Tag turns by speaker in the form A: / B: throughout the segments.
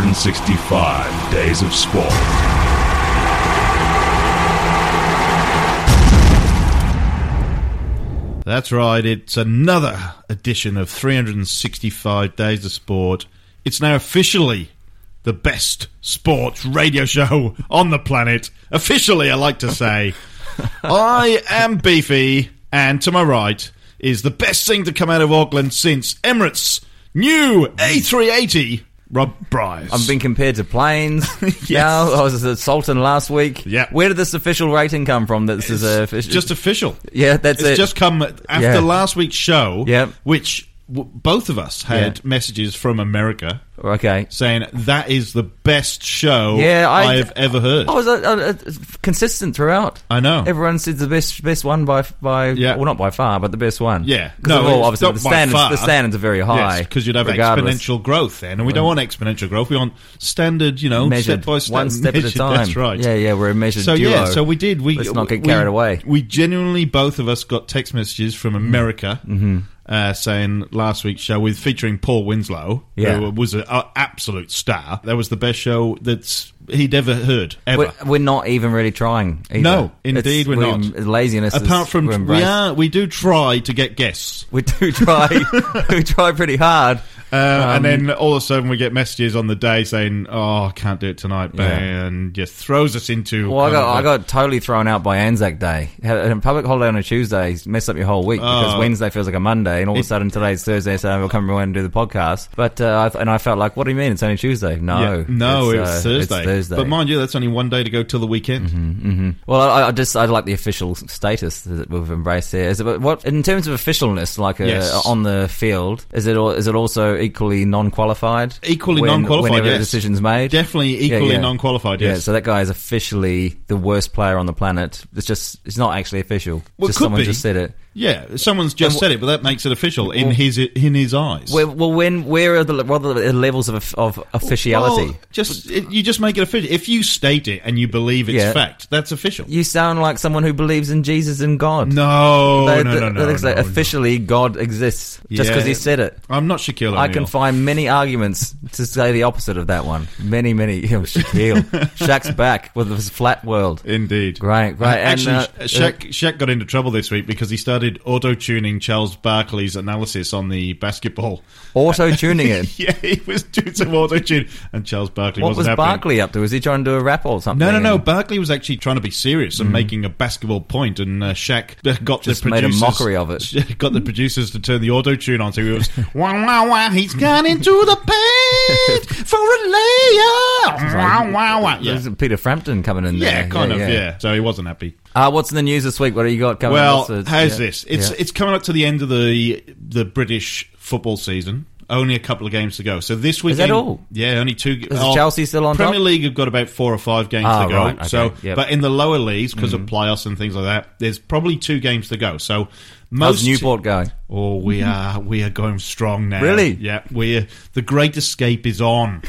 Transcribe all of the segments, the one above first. A: 365 days of sport.
B: That's right, it's another edition of 365 Days of Sport. It's now officially the best sports radio show on the planet. Officially, I like to say. I am Beefy, and to my right is the best thing to come out of Auckland since Emirates' new A380, Rob Bryce.
C: I'm being compared to planes.
B: Yes.
C: Now I was at Sultan last week.
B: Yeah.
C: Where did this official rating come from? That this is a
B: It's just official.
C: yeah. That's
B: it's
C: it.
B: just come after
C: Yeah.
B: last week's show,
C: Yep.
B: which w- both of us had
C: Yeah.
B: messages from America
C: okay.
B: saying that is the best show
C: Yeah,
B: I,
C: I-
B: have ever heard.
C: I was uh, uh, uh, consistent throughout.
B: I know.
C: Everyone said the best best one by by
B: Yeah.
C: well not by far but the best one.
B: Yeah.
C: 'Cause of all-
B: it's
C: obviously
B: not
C: the
B: by
C: standards
B: far.
C: the standards are very high
B: Yes, because you'd have
C: regardless.
B: exponential growth then, and we don't want exponential growth. We want standard, you know,
C: measured
B: step by step,
C: one step at a
B: measured,
C: time.
B: That's right.
C: Yeah, yeah. We're a measured
B: So
C: duo.
B: yeah, so we did. We
C: Let's not get
B: we-
C: carried away. Mm.
B: We genuinely both of us got text messages from America
C: Mm-hmm.
B: uh, saying last week's show with featuring Paul Winslow,
C: Yeah.
B: who was an absolute star. That was the best show that's he'd ever heard ever.
C: We're, we're not even really trying. Either.
B: No, indeed we're
C: we-
B: not.
C: Laziness. is-
B: Apart from
C: we're
B: we
C: embraced.
B: are, we do try to get guests.
C: we do try. we try pretty hard.
B: Uh, and then all of a sudden we get messages on the day saying, "Oh, I can't do it tonight,"
C: Yeah.
B: and just throws us into.
C: Well, I got I got totally thrown out by Anzac Day. Had a public holiday on a Tuesday messed up your whole week because
B: Oh.
C: Wednesday feels like a Monday, and all of a sudden today's Thursday, so I'll come around and do the podcast. But uh, I th- and I felt like, what do you mean? It's only Tuesday. No,
B: Yeah. no,
C: it's,
B: it was
C: uh, it's
B: Thursday.
C: Thursday. Mm-hmm.
B: But mind you, that's only one day to go till the weekend.
C: Well, I, I just I like the official status that we've embraced here. Is it what in terms of officialness, like uh
B: Yes.
C: on the field? Is it al- is it also equally non-qualified?
B: Equally
C: When-
B: non-qualified,
C: Whenever
B: yes.
C: the decision's made,
B: Definitely
C: Yeah,
B: equally
C: yeah.
B: non-qualified. Yes.
C: Yeah, so that guy is officially the worst player on the planet. It's just it's not actually official.
B: Well, it
C: just
B: could
C: someone
B: be.
C: just said it.
B: Yeah, someone's just
C: And wh-
B: said it, but that makes it official in his in his eyes.
C: Well, well, when where are the le- what are the levels of of officiality?
B: Well, just it, you just make it official. If you state it and you believe it's
C: Yeah.
B: fact, that's official.
C: you sound like someone who believes in Jesus and God.
B: no,
C: They-
B: no,
C: they-
B: no, no,
C: they say
B: no, no.
C: officially, God exists just
B: Yeah.
C: because he said it.
B: I'm not Shaquille.
C: I can
B: O'Neal.
C: find many arguments to say the opposite of that one. Many, many. You know, Shaquille, Shaq's back with his flat world.
B: Indeed.
C: Great, great. And,
B: Actually,
C: uh,
B: Shaq, Shaq got into trouble this week because he started auto tuning Charles Barkley's analysis on the basketball.
C: Auto tuning it.
B: yeah, he was doing some auto tune, and Charles Barkley
C: What was
B: wasn't happy.
C: Barkley up to? Was he trying to do a rap or something?
B: No, no, no.
C: And
B: Barkley was actually trying to be serious and making a basketball point, and uh, Shaq uh, got
C: Mm-hmm. Just
B: the
C: made a
B: producers,
C: mockery of it.
B: Got the producers to turn the auto tune on, so he was wah wah wah. He's gone into the paint for a layup. Wah wah wah. Yeah,
C: There's Peter Frampton coming in there.
B: yeah, kind of. Yeah. So he wasn't happy.
C: Uh, what's in the news this week? What have you got coming?
B: Well,
C: What's the-
B: how's
C: yeah,
B: this? It's
C: yeah.
B: it's coming up to the end of the the British football season. Only a couple of games to go. So this weekend,
C: all?
B: Yeah, only two. Oh,
C: Is Chelsea still on
B: Premier
C: top?
B: League have got about four or five games
C: Ah,
B: to go.
C: right, okay,
B: So,
C: yep. Mm.
B: but in the lower leagues because of playoffs and things like that, there's probably two games to go. So most
C: How's Newport going?
B: Oh, we are we are going strong now.
C: Really?
B: Yeah, we're the Great Escape is on.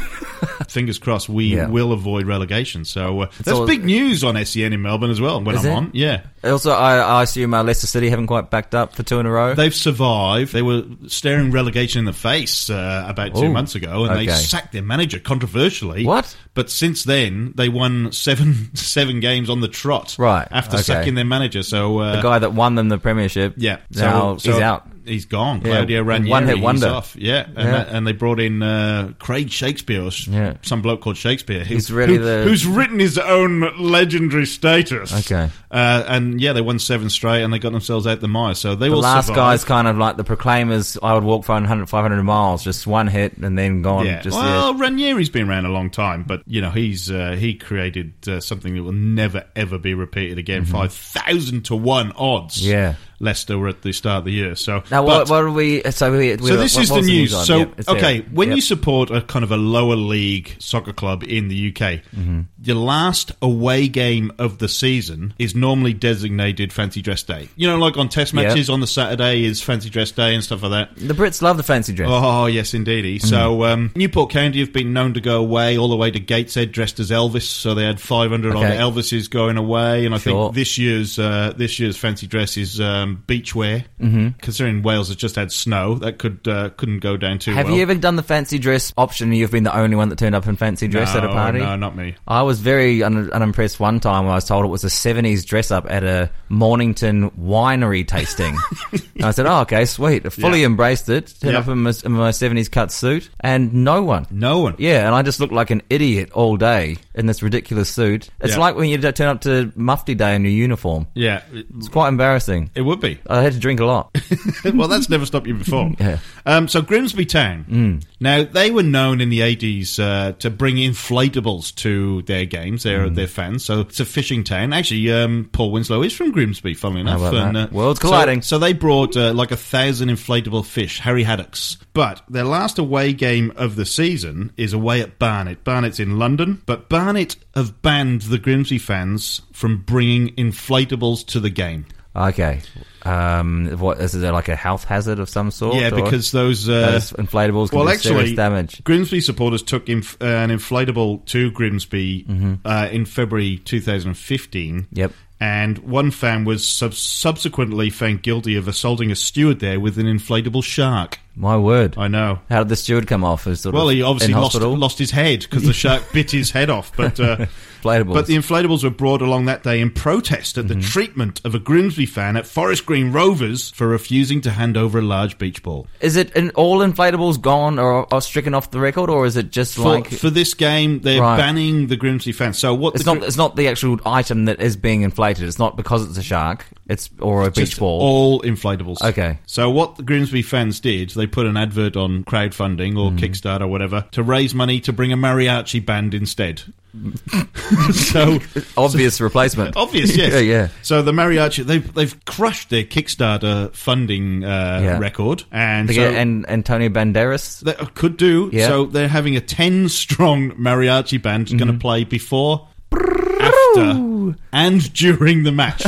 B: Fingers crossed, we
C: Yeah.
B: will avoid relegation. So uh, that's
C: all-
B: big news on SEN in Melbourne as well. When
C: Is
B: I'm
C: it?
B: on, yeah.
C: Also, I, I assume uh, Leicester City haven't quite backed up for two in a row.
B: They've survived. They were staring relegation in the face uh, about two
C: Ooh.
B: months ago, and they
C: Oh, Okay.
B: sacked their manager controversially.
C: What?
B: But since then, they won seven seven games on the trot.
C: Right,
B: after
C: okay.
B: sacking their manager. So uh,
C: the guy that won them the Premiership.
B: yeah,
C: Now
B: so,
C: he's
B: so
C: out.
B: He's gone.
C: Yeah,
B: Claudio Ranieri.
C: one-hit
B: he's
C: wonder.
B: off. Yeah, and,
C: Yeah.
B: That, and they brought in uh, Craig Shakespeare, or s-
C: Yeah.
B: some bloke called Shakespeare. Who,
C: He's really
B: who-
C: the-
B: who's written his own legendary status.
C: Okay.
B: uh, and yeah, they won seven straight, and they got themselves out the mire. So they
C: The
B: will
C: last
B: survive.
C: guy's kind of like the Proclaimers. I would walk 500, 500 miles, just one hit and then gone.
B: Yeah.
C: Just
B: well, Ranieri's been around a long time, but you know he's uh, he created uh, something that will never ever be repeated again. thousand to one odds.
C: Mm-hmm. Yeah.
B: Leicester were at the start of the year. So
C: there. Now,
B: but-
C: what, what are we? So, we, we
B: so this
C: what-
B: is the
C: what's
B: news.
C: on?
B: So
C: Yep, it's there.
B: okay, when
C: Yep.
B: you support a kind of a lower league soccer club in the UK,
C: Mm-hmm.
B: your last away game of the season is normally designated fancy dress day. You know, like on test
C: Yep.
B: matches on the Saturday is fancy dress day and stuff like that.
C: the Brits love the fancy dress.
B: Oh yes, indeedy.
C: Mm.
B: So um, Newport County have been known to go away all the way to Gateshead dressed as Elvis. So they had 500 on
C: Okay.
B: Elvises going away, and I
C: Sure.
B: think this year's uh, this year's fancy dress is um, beachwear. Mm-hmm. Considering mean, Wales has just had snow. That could uh, couldn't go down too
C: Have
B: well.
C: you ever done the fancy dress option? and You've been the only one that turned up in fancy dress at a
B: No,
C: party.
B: No, not me.
C: I was very un- unimpressed one time when I was told it was a 70s dress up at a Mornington winery tasting. and I said, oh, okay, sweet. I fully
B: Yeah.
C: embraced it, turned
B: Yeah.
C: up in my, in my 70s cut suit, and no one.
B: No one.
C: Yeah, and I just looked like an idiot all day in this ridiculous suit. It's
B: Yeah.
C: like when you d- turn up to Mufti Day in your uniform.
B: Yeah, it,
C: It's quite embarrassing.
B: it would be.
C: I had to drink a lot.
B: well, that's never stopped you before.
C: Yeah. Mm.
B: Um, so Grimsby Town. Now they were known in the eighties uh, to bring inflatables to their games, their
C: Mm.
B: their fans. So it's a fishing town. Actually, um, Paul Winslow is from Grimsby, funnily enough. uh,
C: about that? Worlds
B: so-
C: colliding.
B: So, they brought uh, like a thousand inflatable fish, Harry Haddocks. But their last away game of the season is away at Barnet. Barnet's in London, but Barnet have banned the Grimsby fans from bringing inflatables to the game.
C: okay. Um, what is it like a health hazard of some sort?
B: yeah,
C: or-
B: because those. Uh,
C: Those inflatables can
B: Well,
C: do serious
B: actually,
C: damage.
B: Grimsby supporters took inf- uh, an inflatable to Grimsby uh, in February 2015.
C: Mm-hmm. Yep.
B: And one fan was sub- subsequently found guilty of assaulting a steward there with an inflatable shark.
C: My word.
B: I know.
C: How did the steward come off? As sort
B: Well,
C: of
B: he obviously
C: in
B: lost
C: hospital?
B: lost his head because the shark bit his head off. But uh,
C: Inflatables.
B: but the inflatables were brought along that day in protest at the
C: Mm-hmm.
B: treatment of a Grimsby fan at Forest Green Rovers for refusing to hand over a large beach ball.
C: Is it in, all inflatables gone or, or stricken off the record, or is it just
B: for,
C: like
B: for this game, they're
C: Right.
B: banning the Grimsby fans. So what?
C: it's
B: the,
C: not? It's not the actual item that is being inflated. It's not because it's a shark. It's or a beach
B: just
C: ball.
B: All inflatables.
C: Okay.
B: So what the Grimsby fans did, they put an advert on crowdfunding
C: Mm.
B: or Kickstarter or whatever to raise money to bring a mariachi band instead. so
C: Obvious replacement.
B: obvious, yes.
C: yeah, yeah.
B: So the mariachi, they've they've crushed their Kickstarter funding uh,
C: Yeah.
B: record, and
C: They
B: so,
C: get An- Antonio Banderas.
B: that I could do.
C: Yeah. Mm-hmm.
B: So they're having a ten-strong mariachi band going to play before, after, and during the match,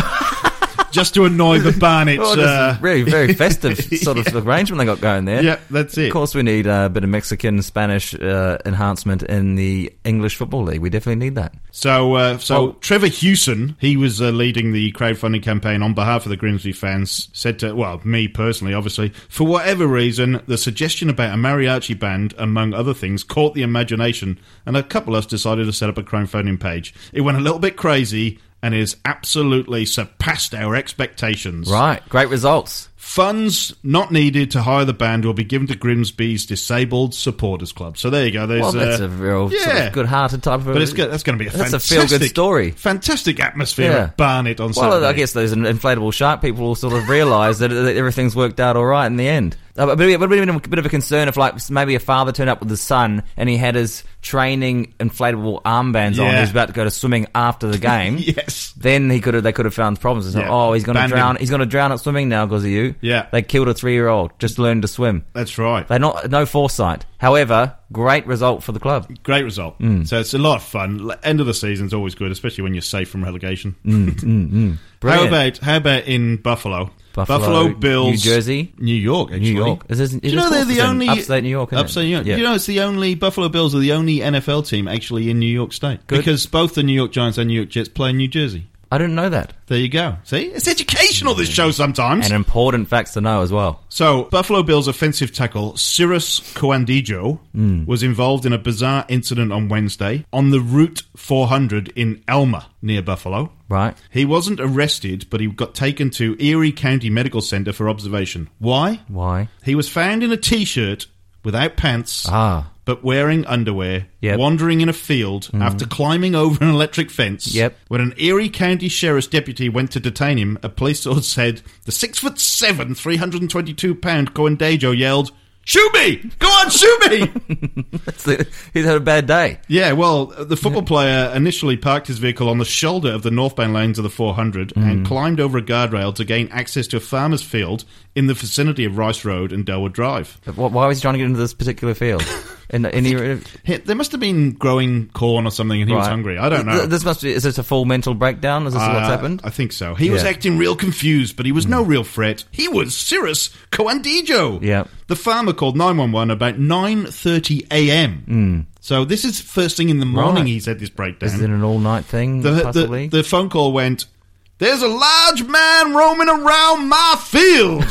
B: just to annoy the Barnets.
C: Oh,
B: uh,
C: this is very, very festive sort of arrangement they got going there.
B: yeah, that's it.
C: Of course, we need uh, a bit of Mexican Spanish uh, enhancement in the English football league. We definitely need that.
B: So, uh, so
C: Oh.
B: Trevor Hewson, he was uh, leading the crowdfunding campaign on behalf of the Grimsby fans. Said to, well, me personally, obviously, for whatever reason, the suggestion about a mariachi band, among other things, caught the imagination, and a couple of us decided to set up a crowdfunding page. It went a little bit crazy. And has absolutely surpassed our expectations.
C: Right, great results.
B: Funds not needed to hire the band will be given to Grimsby's Disabled Supporters Club. So there you go. There's
C: Well, that's
B: uh,
C: a real sort
B: yeah.
C: of good-hearted type of.
B: but it's go- that's going to be a
C: That's a
B: fantastic,
C: feel-good story.
B: Fantastic atmosphere
C: Yeah.
B: at Barnet on
C: Well,
B: Saturday.
C: I guess those inflatable shark people will sort of realise that, that everything's worked out all right in the end. Uh, But it would have been a bit of a concern if, like, maybe a father turned up with his son and he had his training inflatable armbands on.
B: Yeah.
C: He's about to go to swimming after the game.
B: yes.
C: Then he could have. They could have found problems. It's like,
B: Yeah.
C: oh, he's going to
B: Banned
C: drown.
B: him.
C: He's going to drown at swimming now because of you.
B: Yeah.
C: They killed a three-year-old. Just learned to swim.
B: That's right.
C: They not no foresight. However, great result for the club.
B: Great result.
C: Hmm.
B: So it's a lot of fun. L- End of the season's always good, especially when you're safe from relegation.
C: Mm,
B: how
C: Brilliant.
B: about how about in Buffalo?
C: Buffalo,
B: Bills,
C: New Jersey?
B: New York, actually.
C: New York. Is this- is
B: Do you
C: this
B: know they're
C: also
B: the
C: in
B: only
C: upstate New York, isn't it?
B: upstate New York.
C: Yeah.
B: You know it's the only Buffalo Bills are the only NFL team actually in New York State
C: Good.
B: because both the New York Giants and New York Jets play in New Jersey.
C: I didn't know that.
B: There you go. See, it's educational. This show sometimes.
C: And important facts to know as well.
B: So, Buffalo Bills offensive tackle Cyrus Coandijo was involved in a bizarre incident on Wednesday on the Route 400 in Elma, near Buffalo.
C: Right.
B: He wasn't arrested, but he got taken to Erie County Medical Center for observation. Why?
C: Why?
B: He was found in a t shirt without pants,
C: Ah.
B: but wearing underwear,
C: Yep. Mm.
B: wandering in a field after climbing over an electric fence.
C: Yep.
B: When an Erie County Sheriff's deputy went to detain him, a police source said the six foot seven, three hundred and twenty two pound Coendejo yelled, "Shoot me! Go on, shoot me!"
C: That's it. He's had a bad day.
B: yeah. Well, the football player initially parked his vehicle on the shoulder of the northbound lanes of the four hundred
C: Mm.
B: and climbed over a guardrail to gain access to a farmer's field in the vicinity of Rice Road and Delwood Drive.
C: But wh- Why was he trying to get into this particular field? And and he,
B: Hey, There must have been growing corn or something, and he was
C: right.
B: hungry. I don't know.
C: Th- This must be. Is this a full mental breakdown? Is this what's
B: Uh,
C: happened?
B: I think so. He was
C: Yeah. Hmm.
B: acting real confused, but he was no real threat. He was Cirrus Coandijo.
C: Yeah.
B: The farmer called 911 about 9.30 a.m. So this is first thing in the morning
C: Hmm. Right.
B: he's had this breakdown.
C: Is it an all-night thing?
B: the,
C: possibly.
B: the, the phone call went, There's a large man roaming around my field.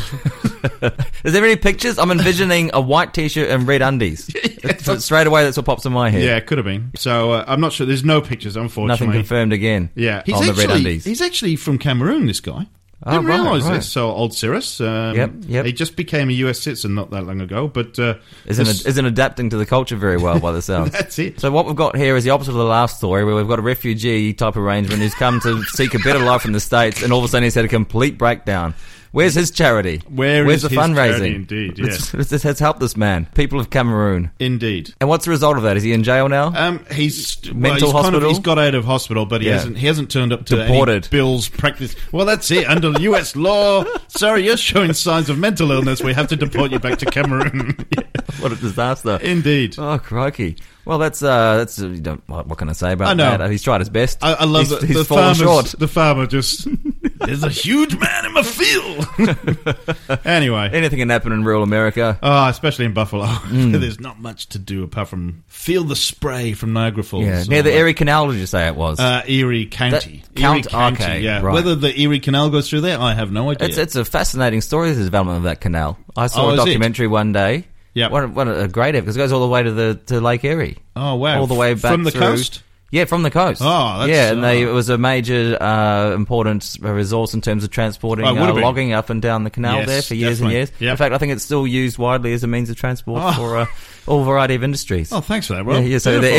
C: Is there any pictures? I'm envisioning a white t-shirt and red undies. That's- Straight away, that's what pops in my head.
B: Yeah, it could have been. So uh, I'm not sure. There's no pictures, unfortunately.
C: Nothing confirmed again.
B: Yeah,
C: on the
B: actually,
C: red undies.
B: He's actually from Cameroon. This guy.
C: Oh,
B: Didn't
C: right,
B: realise
C: right.
B: this. So old Cyrus. Um,
C: Yep, yep.
B: He just became a U.S. citizen not that long ago, but uh,
C: isn't
B: this-
C: isn't adapting to the culture very well by the sounds.
B: That's it.
C: So what we've got here is the opposite of the last story, where we've got a refugee type arrangement who's come to seek a better life in the states, and all of a sudden he's had a complete breakdown. Where's his charity?
B: Where
C: Where's
B: is
C: the
B: his charity
C: fundraising?
B: indeed,
C: Let's- let's- let's help this man. People of Cameroon.
B: Indeed.
C: And what's the result of that? Is he in jail now?
B: Um, he's well,
C: Mental
B: he's Kind of,
C: hospital?
B: he's got out of hospital, but he
C: Yeah.
B: hasn't. He hasn't turned up to
C: Deported.
B: any bills practice. Well, that's it. Under U.S. law, sorry, you're showing signs of mental illness. We have to deport you back to Cameroon.
C: what a disaster!
B: Indeed.
C: Oh crikey! Well, that's uh, that's uh, you don't, what, what can I say about
B: I know.
C: that? He's tried his best.
B: I, I love
C: he's,
B: that
C: he's
B: the
C: fallen
B: farmers,
C: short.
B: The farmer just there's a huge man in my field. anyway,
C: Anything can happen in rural America.
B: ah, especially in Buffalo,
C: Mm.
B: there's not much to do apart from feel the spray from Niagara Falls.
C: yeah,
B: Or
C: near the
B: like,
C: Erie Canal, did you say it was?
B: Uh, Erie County.
C: That- Count-
B: Erie County,
C: okay,
B: yeah.
C: right.
B: Whether the Erie Canal goes through there, I have no idea.
C: It's it's a fascinating story. The development of that canal. I saw
B: Oh, is
C: a
B: it?
C: documentary one day.
B: Yep.
C: one, one a great episode. It goes all the way to the to Lake Erie.
B: oh wow,
C: all the way back
B: from the
C: through-
B: coast.
C: Yeah, from the coast.
B: Oh, that's-
C: yeah, and they,
B: uh,
C: it was a major uh, important resource in terms of transporting
B: Oh, it would
C: uh,
B: have been.
C: logging up and down the canal
B: Yes,
C: there for years
B: definitely.
C: and years.
B: Yep.
C: In fact, I think it's still used widely as a means of transport
B: Oh.
C: for uh, all variety of industries.
B: Oh, thanks for that,
C: yeah,
B: Rob.
C: yeah, so the
B: Beautiful.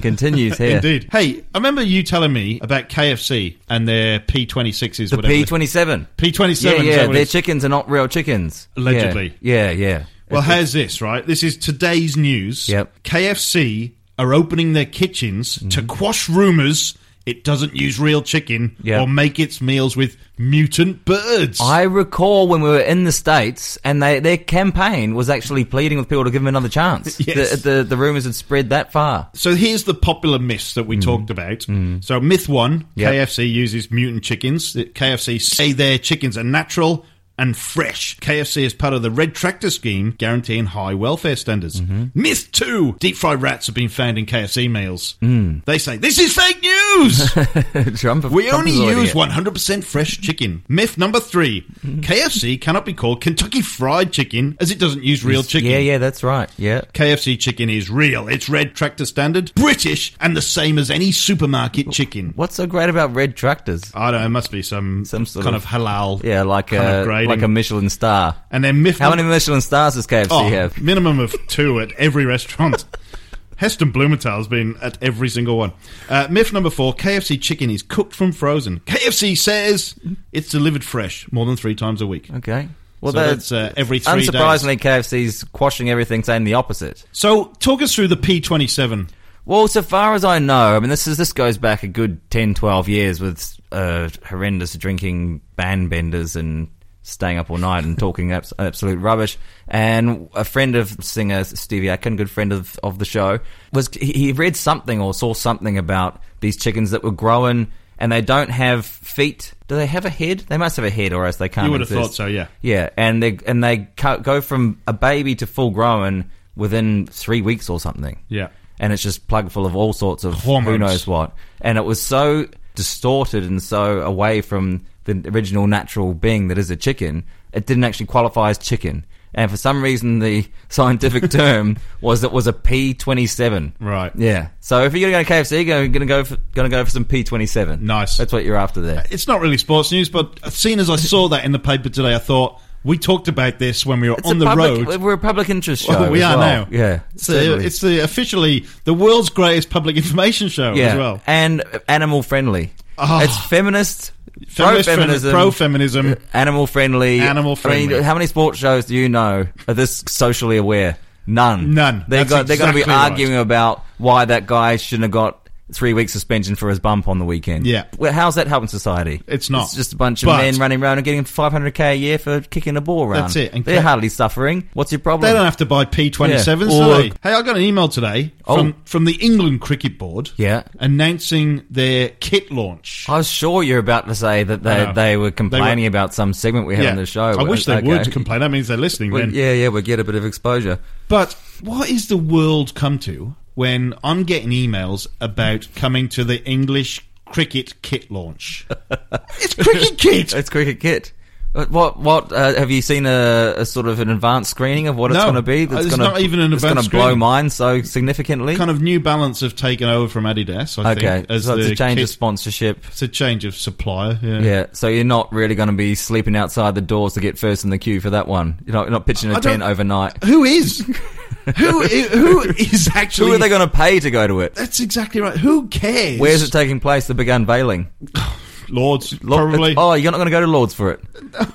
C: continues here.
B: Indeed. Hey, I remember you telling me about KFC and their P26s.
C: The
B: whatever
C: P twenty seven.
B: P twenty
C: Yeah,
B: seven.
C: yeah, their chickens are not real chickens. Yeah,
B: Allegedly.
C: Yeah, yeah.
B: Well, here's this, right? This is today's news.
C: Yep. Mm-hmm.
B: KFC are opening their kitchens to quash rumors it doesn't use real chicken
C: Yeah.
B: or make its meals with mutant birds.
C: I recall when we were in the states, and they, their campaign was actually pleading with people to give them another chance.
B: Yes.
C: The, the, the rumors had spread that far.
B: so here's the popular myths that we talked about. So myth one,
C: Mm. Yep.
B: KFC uses mutant chickens. KFC say their chickens are natural and fresh. KFC is part of the Red Tractor scheme, guaranteeing high welfare standards.
C: Mm-hmm.
B: Myth two, deep fried rats have been found in KFC meals.
C: Mm.
B: They say, this is fake news!
C: Trump,
B: We only
C: Trump is already Mm-hmm.
B: use
C: it.
B: 100% fresh chicken. Myth number three KFC cannot be called Kentucky Fried Chicken as it doesn't use real chicken.
C: Yeah, yeah, that's right. Yeah.
B: KFC chicken is real. It's red tractor standard, British, and the same as any supermarket chicken.
C: What's so great about red tractors?
B: I don't know, it must be some,
C: Some sort
B: kind
C: of-
B: of, halal.
C: Yeah, like
B: kind
C: a
B: of grading.
C: like a Michelin star.
B: And then myth
C: How
B: num-
C: many Michelin stars does KFC
B: oh,
C: have?
B: Minimum of two at every restaurant. Heston Blumenthal's been at every single one. Uh, myth number four KFC chicken is cooked from frozen. KFC says it's delivered fresh more than three times a week.
C: Okay. Well,
B: so that's uh, every three days.
C: unsurprisingly, KFC's quashing everything, saying the opposite.
B: So talk us through the P27.
C: Well, so far as I know, I mean, this is this goes back a good 10, 12 years with uh, horrendous drinking ban benders and staying up all night and talking abs- absolute rubbish. And a friend of singer Stevie Aitken, good friend of of the show, was he, he read something or saw something about these chickens that were growing and they don't have feet. Do they have a head? They must have a head, or else they can't.
B: You would have
C: exist.
B: thought so, yeah.
C: Yeah, and they and they co- go from a baby to full grown within three weeks or something
B: Yeah.
C: and it's just plugged full of all sorts of who
B: Hormones.
C: knows what. And it was so distorted and so away from the original natural being that is a chicken, it didn't actually qualify as chicken. And for some reason, the scientific term was it was a P twenty seven.
B: Right.
C: Yeah. So if you're going to go to KFC, you're going to go for, going to go for some P twenty seven.
B: Nice.
C: That's what you're after there.
B: It's not really sports news, but as soon as I saw that in the paper today, I thought we talked about this when we were
C: It's
B: on
C: a
B: the
C: public,
B: road.
C: We're a public interest show.
B: Well, we
C: as
B: are
C: well.
B: now.
C: Yeah.
B: It's the,
C: certainly.
B: it's the officially the world's greatest public information show
C: yeah.
B: as well.
C: And animal friendly.
B: Oh.
C: It's feminist.
B: Feminist,
C: pro-feminism.
B: Pro feminism.
C: Animal friendly.
B: Animal
C: I
B: friendly.
C: mean, how many sports shows do you know are this socially aware? None.
B: None.
C: They're,
B: That's
C: go- they're going to be
B: exactly right.
C: arguing about why that guy shouldn't have got three weeks suspension for his bump on the weekend.
B: Yeah.
C: Well, how's that helping society?
B: It's not.
C: It's just a bunch of
B: But-
C: men running around and getting 500k a year for kicking a ball around.
B: That's it. And
C: they're
B: ca-
C: hardly suffering. What's your problem?
B: They don't have to buy P27s,
C: Yeah. Or- Oh.
B: do they? Hey, I got an email today from, from the England Cricket Board
C: Yeah.
B: announcing their kit launch.
C: I was sure you were about to say that
B: I
C: they,
B: know.
C: they were complaining
B: They were-
C: about some segment we had on the show.
B: I wish they
C: Okay.
B: would complain. That means they're listening
C: Well,
B: then.
C: yeah, yeah, we'll get a bit of exposure.
B: But what is the world come to when I'm getting emails about coming to the English cricket kit launch? it's cricket kit.
C: It's cricket kit. What what- what uh, have you seen a, a sort of an advanced screening of what it's
B: No.
C: going to be? That's
B: It's
C: gonna,
B: not even an
C: that's
B: advanced
C: gonna blow
B: screening.
C: mine so significantly.
B: Kind of New Balance have taken over from Adidas. I
C: okay,
B: think, as
C: so it's
B: the
C: a change
B: kit-
C: of sponsorship.
B: it's a change of supplier. Yeah.
C: Yeah, so you're not really going to be sleeping outside the doors to get first in the queue for that one. You're not, you're not pitching a
B: I don't-
C: tent overnight.
B: Who is? who i- who is actually?
C: Who are they going to pay to go to it?
B: That's exactly right. Who cares?
C: Where's it taking place? The big unveiling.
B: Lords?
C: Lo-
B: probably.
C: it's- Oh, you're not going to go to Lords for it.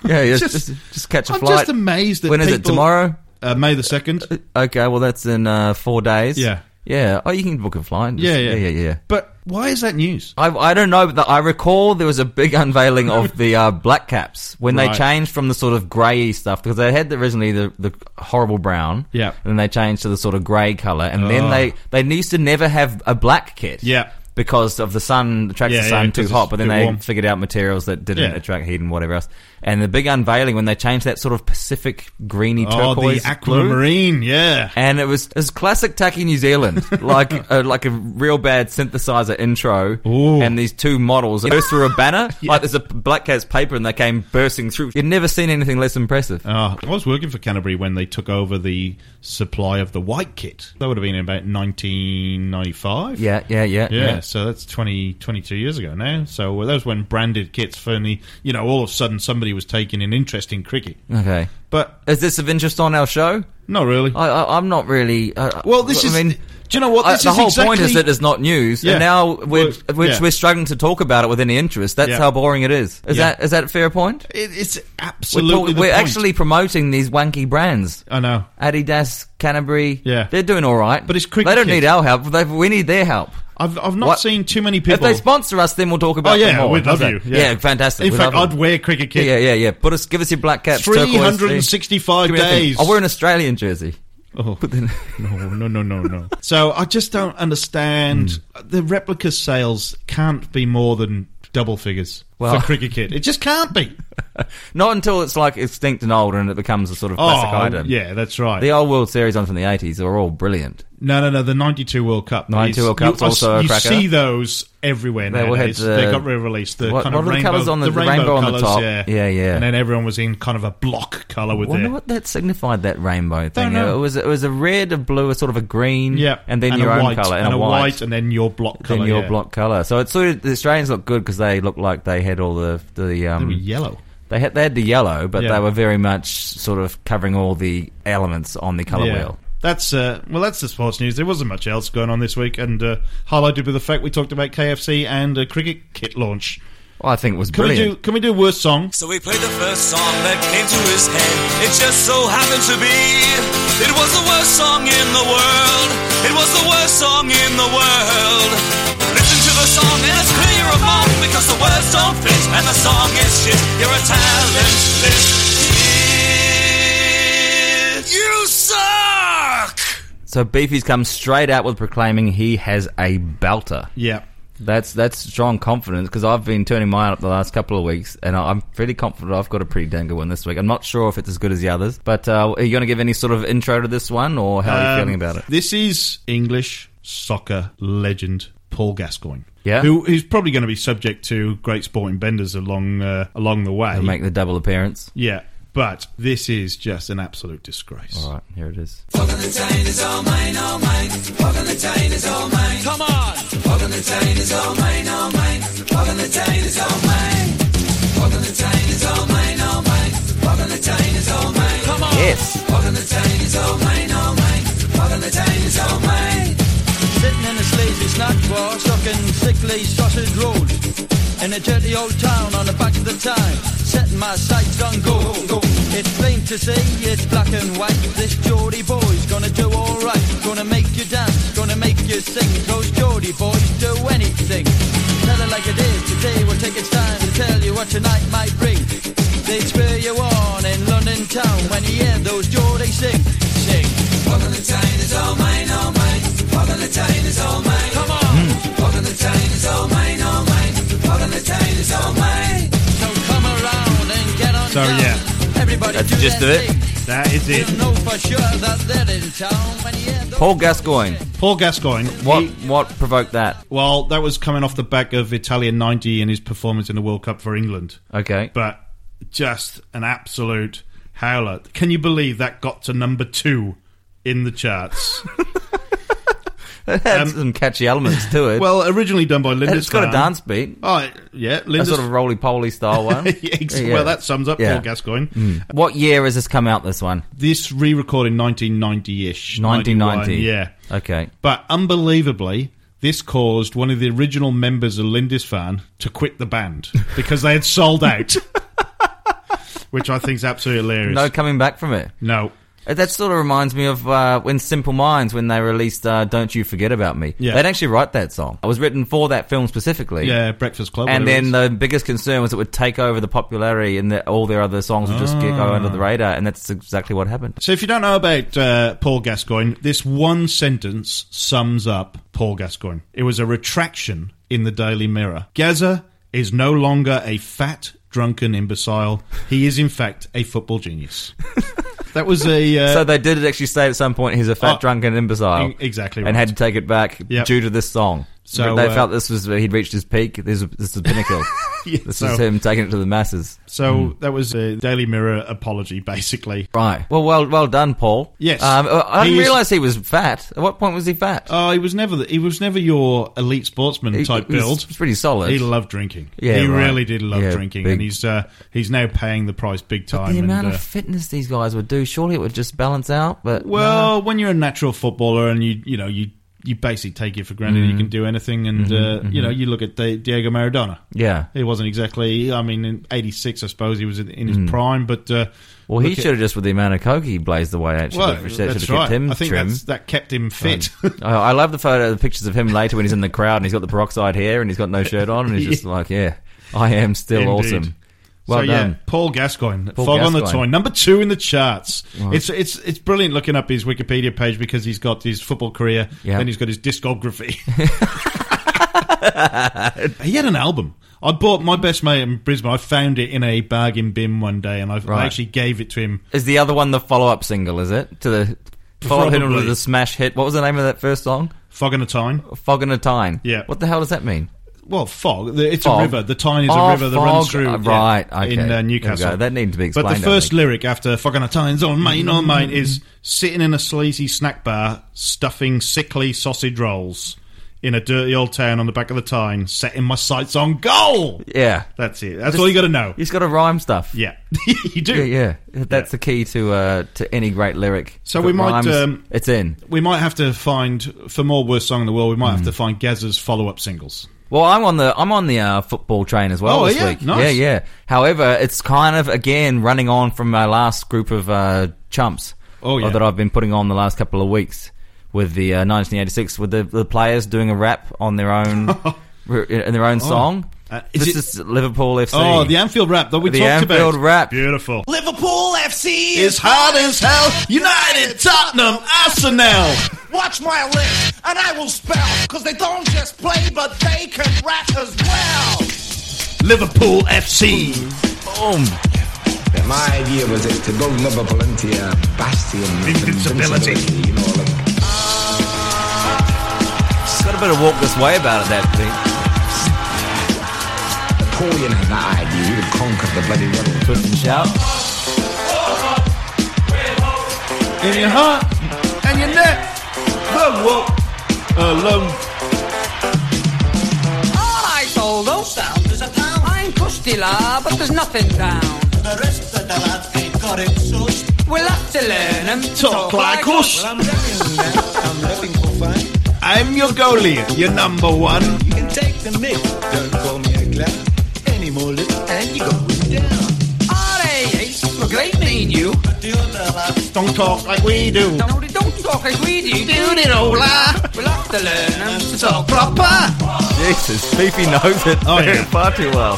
C: Yeah, yeah, just,
B: Just-
C: just just catch a
B: I'm
C: flight.
B: just amazed that
C: when is it
B: people-
C: tomorrow?
B: Uh, May the second.
C: Okay, well that's in uh, four days.
B: Yeah.
C: yeah. Oh, you can book a flight.
B: Yeah, yeah,
C: yeah, yeah. yeah.
B: But why is that news?
C: I, I don't know, but the, I recall there was a big unveiling of the uh, black caps when
B: Right.
C: they changed from the sort of grey stuff because they had the, originally the, the horrible brown,
B: Yeah.
C: and then they changed to the sort of grey colour, and then
B: Ah.
C: they they used to never have a black kit,
B: Yeah.
C: because of the sun attracts
B: Yeah,
C: the
B: yeah,
C: sun too
B: 'cause
C: hot,
B: it's
C: but then
B: too
C: they
B: warm.
C: figured out materials that didn't
B: Yeah.
C: attract heat and whatever else, and the big unveiling when they changed that sort of Pacific greeny
B: Oh, the
C: turquoise blue.
B: aquamarine. Yeah.
C: And it was it was classic Tacky New Zealand, like a, like a real bad synthesizer intro,
B: Ooh.
C: and these two models burst through a banner. Like there's a black cat's paper, and they came bursting through. You'd never seen anything less impressive.
B: Oh, I was working for Canterbury when they took over the supply of the white kit. That would have been about 1995.
C: Yeah, yeah, yeah,
B: Yeah,
C: yeah.
B: so that's 20, 22 years ago now. So that was when branded kits finally, you know, all of a sudden somebody was taking an interest in cricket.
C: Okay,
B: But
C: is this of interest on our show?
B: not really.
C: I, I, I'm not really. Uh,
B: well, this
C: I
B: is.
C: mean,
B: do you know what?
C: I-
B: This
C: the
B: is
C: whole
B: exactly,
C: point is that it's not news,
B: Yeah.
C: and now we're
B: Well,
C: we're,
B: yeah.
C: we're struggling to talk about it with any interest. That's
B: Yeah.
C: how boring it is. Is
B: Yeah.
C: that is that a fair point?
B: It, it's
C: We're talk-
B: absolutely. the
C: we're
B: point.
C: actually promoting these wanky brands.
B: I know.
C: Adidas, Canterbury.
B: Yeah.
C: They're doing all right.
B: But it's cricket
C: They don't
B: kit.
C: need our help. They, we need their help.
B: I've, I've not
C: What?
B: seen too many
C: If
B: people.
C: they sponsor us, then we'll talk about
B: oh yeah,
C: them more.
B: we'd love
C: How's
B: you.
C: that? fantastic.
B: In
C: We'd
B: fact,
C: love
B: I'd
C: them.
B: wear cricket kit.
C: Yeah, yeah, yeah. Put us, give us your black caps. turquoise,
B: Three hundred and
C: yeah. Give
B: sixty-five
C: me a thing.
B: days.
C: I'll wear an Australian jersey.
B: Oh.
C: But then-
B: no, no, no, no, no. So I just don't understand.
C: Hmm.
B: The replica sales can't be more than double figures
C: Well-
B: for Cricket Kit. It just can't be.
C: Not until it's like extinct and older and it becomes a sort of classic item.
B: Oh, yeah, that's right.
C: The old World Series on from the 80s are all brilliant.
B: no, no, no. The '92 World Cup.
C: 92
B: is-
C: World Cup's
B: you, I s-
C: also a
B: You
C: cracker.
B: see those everywhere
C: They all had,
B: nowadays.
C: uh,
B: they got re-released. The
C: what-
B: kind
C: what
B: of
C: were the
B: rainbow,
C: colours on the- the
B: rainbow,
C: rainbow on the
B: colours,
C: top?
B: Yeah.
C: Yeah, yeah.
B: And then everyone was in kind of a block color with
C: wonder
B: their
C: what that signified, that rainbow thing.
B: know.
C: It was it was a red, a blue, a sort of a green,
B: yeah,
C: and then
B: and
C: your
B: a
C: own
B: white,
C: colour and,
B: a white, and then your block
C: Then
B: color.
C: your
B: yeah.
C: block color. So it suited the Australians looked good because they looked like they had all the the
B: They
C: um
B: were yellow.
C: they had they had the yellow, but
B: Yeah.
C: they were very much sort of covering all the elements on the color wheel.
B: That's uh, well, that's the sports news. There wasn't much else going on this week, and uh, highlighted by the fact we talked about KFC and a cricket kit launch.
C: Well, I think it was
B: Can
C: brilliant.
B: we do? Can we do worst song?
D: So he played the first song that came to his head. It just so happened to be. It was the worst song in the world. It was the worst song in the world. Listen to the song and it's clear of mind because the words don't fit and the song is shit. You're a talentless kid. You suck.
C: so Beefy's come straight out with proclaiming he has a belter.
B: Yeah,
C: That's that's strong confidence because I've been turning mine up the last couple of weeks, and I- I'm pretty confident I've got a pretty dang good one this week. I'm not sure if it's as good as the others, but uh, are you going to give any sort of intro to this one, or how are you
B: Um,
C: feeling about it?
B: This is English soccer legend Paul Gascoigne.
C: Yeah.
B: who is probably going to be subject to great sporting benders along uh, along the way.
C: To make the double appearance.
B: yeah, but this is just an absolute disgrace.
C: All right, here it is.
D: Come on.
C: Yes.
E: Sitting in a sleazy snack bar, stuck in sickly sausage road. In a dirty old town on the back of the time, setting my sights on goal. It's plain to see, it's black and white. This Geordie boy's gonna do alright. Gonna make you dance, gonna make you sing. Those Geordie boys do anything. Tell it like it is, today will take its time to tell you what tonight might bring. They spur you on in London town when you hear those Geordie sing. Sing. So come around and get on
B: So,
E: down.
B: yeah.
E: Everybody
C: That's
E: do
C: just
E: their
C: it.
E: thing.
B: That is it.
E: You know for sure that they're in town when you hear those-
C: Paul Gascoigne.
B: Paul Gascoigne.
C: What
B: he-
C: what provoked that?
B: well, that was coming off the back of Italian '90 and his performance in the World Cup for England.
C: Okay.
B: But just an absolute howler. Can you believe that got to number two in the charts?
C: It had some catchy elements to it.
B: well, originally done by Linda.
C: it's got a dance beat,
B: Oh it- yeah,
C: a
B: Linda.
C: sort of roly poly style one. Yeah.
B: Well, that sums up
C: Yeah. Hmm.
B: Paul Gascoigne.
C: What year has this come out? This one,
B: This re-recorded 1990-ish,
C: 1990.
B: 91, yeah.
C: Okay.
B: But unbelievably, this caused one of the original members of Lindisfarne to quit the band because they had sold out, which I think is absolutely hilarious.
C: No coming back from it.
B: No.
C: Uh, That sort of reminds me of uh, when Simple Minds, when they released uh, "Don't You Forget About Me,"
B: Yeah.
C: they'd actually write that song. It was written for that film specifically.
B: Yeah, Breakfast Club.
C: And
B: whatever
C: then
B: it is.
C: the biggest concern was it would take over the popularity, and that all their other songs would just get go under
B: Ah.
C: the radar. And that's exactly what happened.
B: so if you don't know about uh, Paul Gascoigne, this one sentence sums up Paul Gascoigne. It was a retraction in the Daily Mirror. Gaza is no longer a fat, drunken imbecile. He is, in fact, a football genius. that was a... Uh,
C: So they did actually say at some point he's a fat,
B: Oh,
C: drunken imbecile.
B: e- exactly
C: And
B: right.
C: had to take it back
B: Yep.
C: due to this song.
B: So,
C: they
B: uh,
C: felt this was he'd reached his peak. This was, this is the pinnacle.
B: yeah,
C: this
B: so-
C: is him Hmm. taking it to the masses.
B: So that was a Daily Mirror apology, basically.
C: Right. Well, well, well done, Paul.
B: Yes.
C: Um, I didn't
B: He is-
C: realise he was fat. At what point was he fat?
B: Oh, he was never the, he was never your elite sportsman
C: He-
B: type
C: he was
B: build.
C: pretty solid.
B: He loved drinking.
C: Yeah,
B: he
C: right.
B: really did love
C: Yeah,
B: drinking,
C: big-
B: and he's uh, he's now paying the price big time.
C: the
B: and,
C: amount
B: uh,
C: of fitness these guys would do, surely it would just balance out. But no.
B: well, when you're a natural footballer and you you know you you basically take it for granted you
C: Mm.
B: can do anything, and uh,
C: Mm-hmm,
B: you know you look at Di- Diego Maradona.
C: yeah.
B: He wasn't exactly. I mean, in '86, I suppose he was in, in his prime, but uh,
C: Mm. Well, he
B: look at-
C: should have just with the amount of coke he blazed the way. Actually,
B: Well,
C: that should have
B: that's
C: kept
B: right.
C: him
B: I think
C: trim.
B: that's, that kept him fit.
C: I, I love the photo, the pictures of him later when he's in the crowd and he's got the peroxide hair and he's got no shirt on and he's just like, yeah, I am still
B: Indeed.
C: awesome. Well
B: so
C: done.
B: yeah, Paul Gascoigne,
C: Paul
B: Fog on the
C: Gascoigne.
B: Toy, number two in the charts. It's it's it's brilliant looking up his Wikipedia page because he's got his football career,
C: Yeah.
B: then he's got his discography. he had an album. I bought my best mate in Brisbane. I found it in a bargain bin one day, and I,
C: Right.
B: I actually gave it to him.
C: Is the other one the follow-up single? Is it to the follow-up hit
B: Probably.
C: with the smash hit? What was the name of that first song?
B: Fog on the Tyne.
C: Fog and a Time.
B: Yeah.
C: What the hell does that mean?
B: Well, fog. the- It's
C: Fog.
B: a river. The Tyne is
C: Oh,
B: a river that runs
C: fog.
B: through
C: Uh, right,
B: yeah,
C: okay.
B: in
C: There
B: uh,
C: we go.
B: Newcastle.
C: That needed to be
B: But the
C: explained, I
B: first
C: think. Mm-hmm.
B: lyric after "Fog on a Tyne's on mine on mine" is sitting in a sleazy snack bar, stuffing sickly sausage rolls in a dirty old town on the back of the Tyne, setting my sights on goal.
C: Yeah.
B: That's it. That's all you got to know.
C: He's got to rhyme stuff.
B: Yeah, you do.
C: Yeah, yeah. That's the key to uh, to any great lyric.
B: So
C: If
B: we
C: it
B: might,
C: rhymes,
B: um,
C: it's in.
B: We might have to find for more worst song in the world. We might
C: Mm.
B: have to find Gazza's follow-up singles.
C: Well, I'm on the I'm on the uh, football train as well
B: Oh,
C: this
B: yeah,
C: week.
B: nice.
C: Yeah, yeah. However, it's kind of again running on from my last group of uh, chumps.
B: Oh, yeah.
C: that I've been putting on the last couple of weeks with the uh, 1986 with the, the players doing a rap on their own in their own song.
B: Uh, is it-
C: this is Liverpool FC.
B: Oh, the Anfield rap that we
C: The
B: talked about.
C: Anfield rap.
B: beautiful.
F: Liverpool FC
B: It's
F: is
B: hard as hell. United, Tottenham, Arsenal.
F: watch my lips and I will spell cause they don't just play but they can rap as well.
B: Liverpool FC.
G: My idea was it to go Liverpool into a bastion of
B: Invincibility.
G: You know, like
C: It's got a bit of walk this way about it. That thing.
G: Napoleon had that idea. He would conquer the bloody world.
C: twist and shout.
B: In your heart and your neck. Don't walk alone.
H: Alright, all those sounds is a pound. I'm custy, la, but there's nothing down.
F: The rest of the lads ain't got it sussed.
H: We'll have to learn 'em.
B: Talk like us.
F: I'm living now, I'm living for fun.
B: I'm your goalie. Your number one.
F: You can take the mic, don't call me a clown. Any more lip and you go down.
H: R.A.H. We're great, me and you.
F: The other lads
B: Don't talk like we do.
H: No, they don't talk like we do.
B: Do it all ah.
H: We'll have to learn 'em.
B: Talk proper.
C: Jesus, Fifi knows it
B: Oh, yeah.
C: far too well.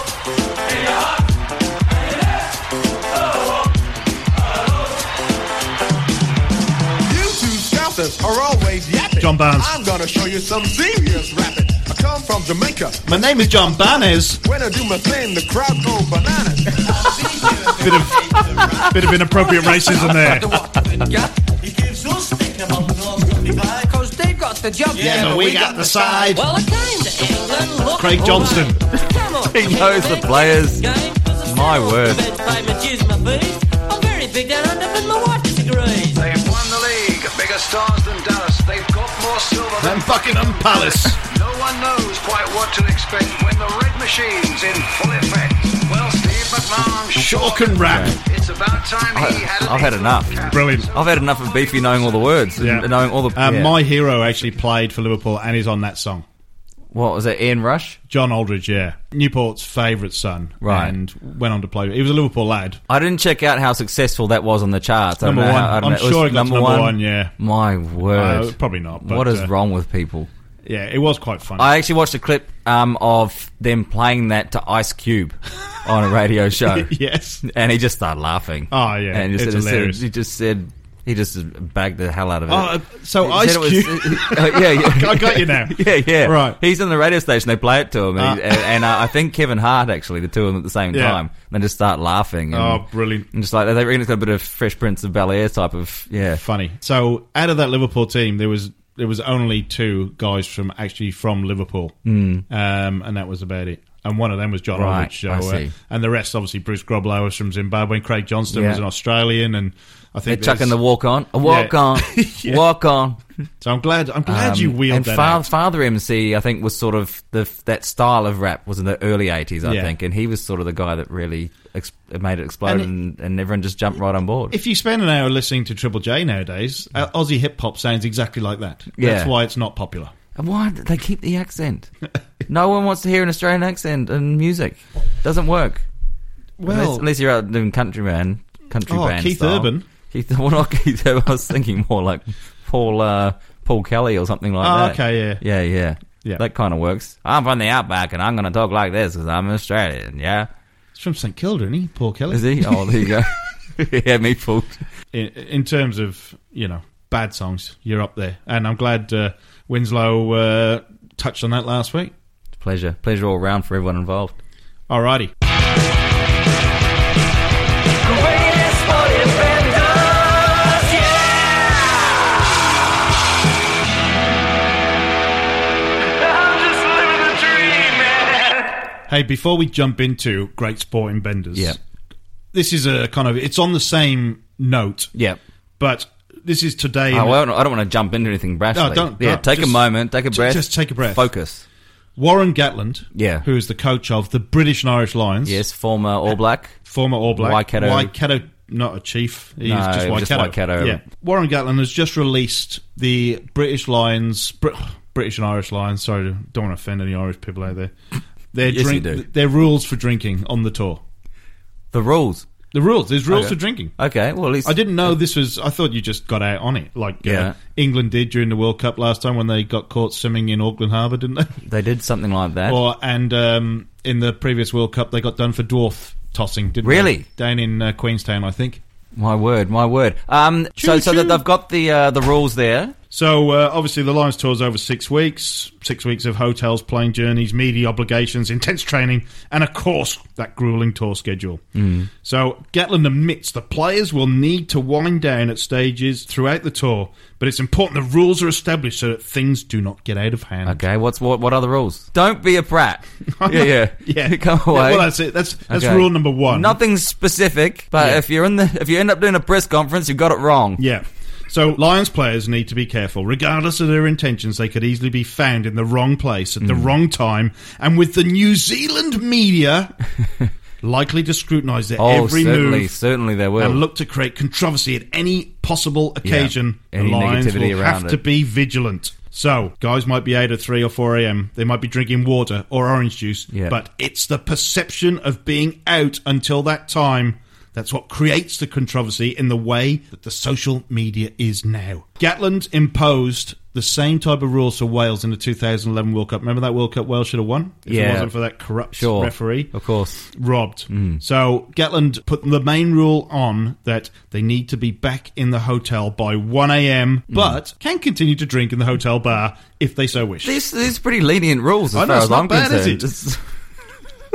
F: You two scousers are always yapping.
B: John Barnes.
F: I'm gonna show you some serious rapping. I come from Jamaica.
B: My name is John Barnes.
F: When I do my thing, the crowd go bananas.
B: Bit of, bit of inappropriate racism there.
H: The what they got,
F: He gives us stick among the divide.
H: Cause they've got the job.
F: Yeah,
B: but we got the side.
H: Well, I came to England. Look,
B: Craig Johnston.
H: all right. Come on,
C: He knows the players.
H: game is a
C: My word.
I: Bed fame and choose my feet. I'm very big down under, but my wife disagrees.
J: They've won the league. Bigger stars than Dallas. They've got more silver than
B: Then Buckingham Palace.
J: No one knows quite what to expect when the red machine's in full effect. Well, Steve McMahon,
B: Chalk and rap.
J: it's about time he had a
C: I've had enough.
B: Brilliant.
C: I've had enough of Beefy knowing all the words and
B: Yeah.
C: and knowing all the.
B: Uh,
C: yeah.
B: My hero actually played for Liverpool and is on that song.
C: what was it? Ian Rush.
B: John Aldridge, yeah, Newport's favourite son,
C: Right.
B: and went on to play. He was a Liverpool lad.
C: I didn't check out how successful that was on the charts. I don't
B: Number
C: know
B: one.
C: how- I don't
B: I'm
C: know. was
B: sure it got to number one, yeah.
C: My
B: Uh,
C: word.
B: probably not. But,
C: what is
B: uh,
C: wrong with people?
B: Yeah, it was quite funny.
C: I actually watched a clip um, of them playing that to Ice Cube on a radio show,
B: yes,
C: and he just started laughing.
B: Oh, yeah,
C: and he
B: it's
C: just, said,
B: hilarious.
C: he just said he just bagged the hell out of it.
B: Oh, uh, so
C: He
B: Ice
C: said it was-
B: Cube.
C: uh, yeah, yeah.
B: I got you now.
C: Yeah, yeah.
B: Right.
C: He's in the radio station. They play it to him, and, he,
B: Ah.
C: and, and, uh, I think Kevin Hart actually, the two of them at the same
B: Yeah.
C: time, and they just start laughing. And,
B: Oh, brilliant.
C: And just like they reckon it's got a bit of Fresh Prince of Bel Air type of yeah.
B: funny. So out of that Liverpool team, there was there was only two guys from actually from Liverpool, mm. um, and that was about it. And one of them was John
C: Hmm. Right,
B: Aldridge, so,
C: I
B: uh,
C: see.
B: and the rest obviously Bruce Grobler was from Zimbabwe, and Craig Johnston
C: Yeah.
B: was an Australian, and I
C: They're
B: think
C: chucking the
B: there's-
C: walk on, a walk
B: Yeah.
C: on,
B: Yeah.
C: walk on.
B: So I'm glad I'm glad
C: Um,
B: you wheeled
C: and
B: that.
C: Fa-
B: out.
C: Father MC, I think, was sort of the that style of rap was in the early '80s, I
B: Yeah.
C: think, and he was sort of the guy that really ex- made it
B: And
C: explode,
B: it-
C: and, and everyone just jumped right on board.
B: If you spend an hour listening to Triple J nowadays, uh, Aussie hip hop sounds exactly like that.
C: Yeah.
B: That's why it's not popular.
C: And why did they keep the accent? no one wants to hear an Australian accent in music. Doesn't work. unless, unless you're out doing country man, country
B: Oh,
C: band.
B: Keith
C: style.
B: Urban.
C: Keith, well, not Keith Urban. I was thinking more like Paul uh, Paul Kelly or something like
B: Oh,
C: that.
B: okay, yeah.
C: yeah, yeah,
B: Yeah.
C: That kind of works. I'm from the outback, and I'm going to talk like this because I'm Australian. Yeah,
B: it's from St Kilda, isn't he? Paul Kelly.
C: is he? Oh, there you go. yeah, me fooled.
B: in, in terms of you know bad songs, you're up there, and I'm glad uh, Winslow uh, touched on that last week.
C: Pleasure, pleasure all round for everyone involved.
B: Alrighty, hey, before we jump into great sporting benders,
C: Yeah.
B: this is a kind of it's on the same note,
C: Yep.
B: but this is today.
C: Oh, well, I don't want to jump into anything brashly.
B: No, don't-
C: Yeah,
B: don't.
C: take a
B: Just-
C: moment, take a
B: ju-
C: breath.
B: just take a breath.
C: Focus.
B: Warren Gatland,
C: Yeah.
B: who is the coach of the British and Irish Lions,
C: Yes, former All Black.
B: former All Black
C: Waikato.
B: Waikato, not a chief. He's
C: No,
B: just
C: just
B: Waikato.
C: Waikato.
B: Yeah. Warren Gatlin has just released the British Lions, Br- British and Irish Lions. Sorry, don't want to offend any Irish people out there. Their
C: Yes,
B: drink,
C: you do.
B: their rules for drinking on the tour.
C: The rules.
B: The rules. There's rules
C: Okay.
B: for drinking.
C: Okay, well at least
B: I didn't know this was. I thought you just got out on it, like
C: Yeah.
B: uh, England did during the World Cup last time when they got caught swimming in Auckland Harbour, didn't they?
C: they did something like that.
B: Or and um, in the previous World Cup they got done for dwarf tossing, didn't
C: Really?
B: they? Down in uh, Queenstown, I think.
C: My word, my word. Um, so so that they've got the uh, the rules there.
B: So uh, obviously the Lions tour is over six weeks, six weeks of hotels, plane journeys, media obligations, intense training, and of course that grueling tour schedule. Mm. So Gatlin admits the players will need to wind down at stages throughout the tour, but it's important the rules are established so that things do not get out of hand.
C: Okay, what's what? What are the rules? Don't be a brat. yeah, yeah,
B: Yeah,
C: Come
B: Yeah,
C: away.
B: well, that's it. That's that's
C: Okay.
B: rule number one.
C: Nothing specific, but
B: Yeah.
C: if you're in the if you end up doing a press conference, you got it wrong.
B: Yeah. So Lions players need to be careful. Regardless of their intentions, they could easily be found in the wrong place at the
C: Mm.
B: wrong time and with the New Zealand media likely to scrutinise their
C: Oh,
B: every
C: certainly,
B: move
C: certainly they will.
B: and look to create controversy at any possible occasion.
C: Any
B: the Lions
C: negativity
B: will
C: around
B: have to
C: it.
B: be vigilant. So, guys might be 8 or 3 or 4 a.m. They might be drinking water or orange juice,
C: Yeah.
B: but it's the perception of being out until that time that's what creates the controversy in the way that the social media is now. Gatland imposed the same type of rules for Wales in the 2011 World Cup. Remember that World Cup Wales should have won? If
C: Yeah.
B: it wasn't for that corrupt
C: Sure,
B: referee
C: of course.
B: robbed.
C: Mm.
B: So Gatland put the main rule on that they need to be back in the hotel by 1 a.m.,
C: Mm.
B: but can continue to drink in the hotel bar if they so wish.
C: These these are pretty lenient rules as
B: I know,
C: far
B: it's
C: as
B: not
C: I'm
B: bad, is
C: concerned.
B: it?
C: Just-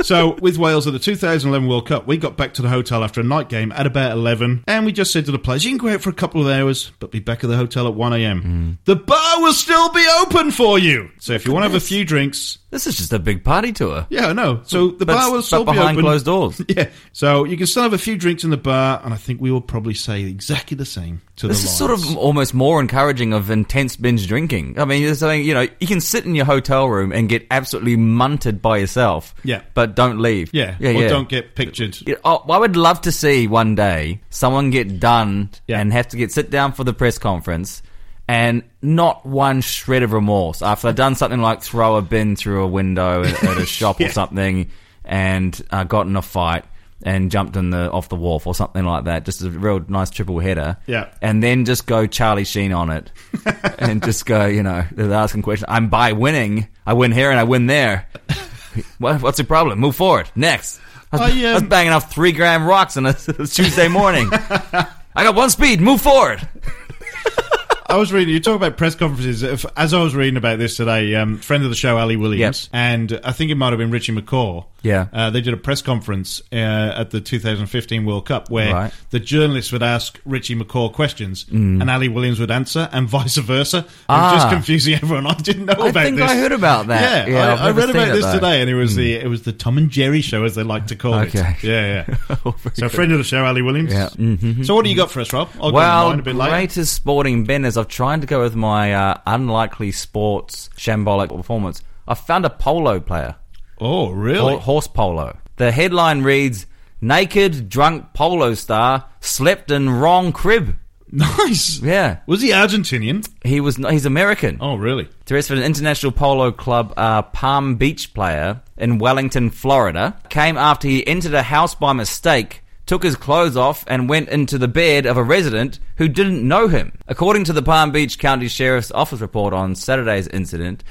B: so with Wales at the 2011 World Cup, we got back to the hotel after a night game at about 11, and we just said to the players, "You can go out for a couple of hours, but be back at
C: Mm.
B: the hotel at 1 a.m. The bar will still be open for you. So if you want to have a few drinks."
C: This is just a big party tour.
B: Yeah, I know. So the
C: But-
B: bar will
C: but
B: still be
C: behind
B: open.
C: closed doors.
B: Yeah. So you can still have a few drinks in the bar, and I think we will probably say exactly the same to
C: This
B: the
C: is sort
B: Lions.
C: of almost more encouraging of intense binge drinking. I mean, there's something you know, you can sit in your hotel room and get absolutely munted by yourself.
B: Yeah.
C: but don't leave.
B: yeah.
C: yeah,
B: or
C: yeah.
B: don't get pictured.
C: Yeah, Oh, I would love to see one day someone get done
B: Yeah.
C: and have to get sit down for the press conference and not one shred of remorse after they've done something like throw a bin through a window at, at a shop or something and uh, got in a fight and jumped in the off the wharf or something like that. Just a real nice triple header.
B: Yeah.
C: And then just go Charlie Sheen on it and just go, you know, they're asking questions. I'm by winning. I win here and I win there. What, what's the problem? Move forward. Next. I was,
B: I, um,
C: I was banging off three gram rocks on a Tuesday morning. I got one speed. Move forward.
B: I was reading. You talk about press conferences. If- As I was reading about this today, um, friend of the show, Ali Williams, and I think it might have been Richie McCaw.
C: Yeah.
B: uh, they did a press conference uh, at the 2015 World Cup where
C: Right. Mm.
B: the journalists would ask Richie McCaw questions and Ali Williams would answer, and vice versa. It was
C: Ah.
B: just confusing everyone. I didn't know
C: I
B: about
C: think
B: this.
C: I heard about that.
B: Yeah,
C: Yeah, I've
B: I, I
C: never
B: read
C: seen
B: about
C: it,
B: this
C: though. Mm.
B: today, and it was the it was the Tom and Jerry show as they like to call
C: Okay.
B: it. Yeah, yeah.
C: Oh, very
B: so friend of the show, Ali Williams.
C: Yeah. Mm-hmm.
B: So what do you got for us, Rob? I'll go to
C: well,
B: mine a bit later.
C: greatest sporting bend is I've tried to go with my uh, unlikely sports shambolic performance. I found a polo player,
B: Oh, really?
C: Ho- horse polo. The headline reads: "Naked drunk polo star slept in wrong crib."
B: Nice.
C: Yeah.
B: Was he Argentinian?
C: He was not, he's American.
B: Oh, really?
C: To rest for an international polo club uh, Palm Beach player in Wellington, Florida, came after he entered a house by mistake, took his clothes off, and went into the bed of a resident who didn't know him. According to the Palm Beach County Sheriff's Office report on Saturday's incident,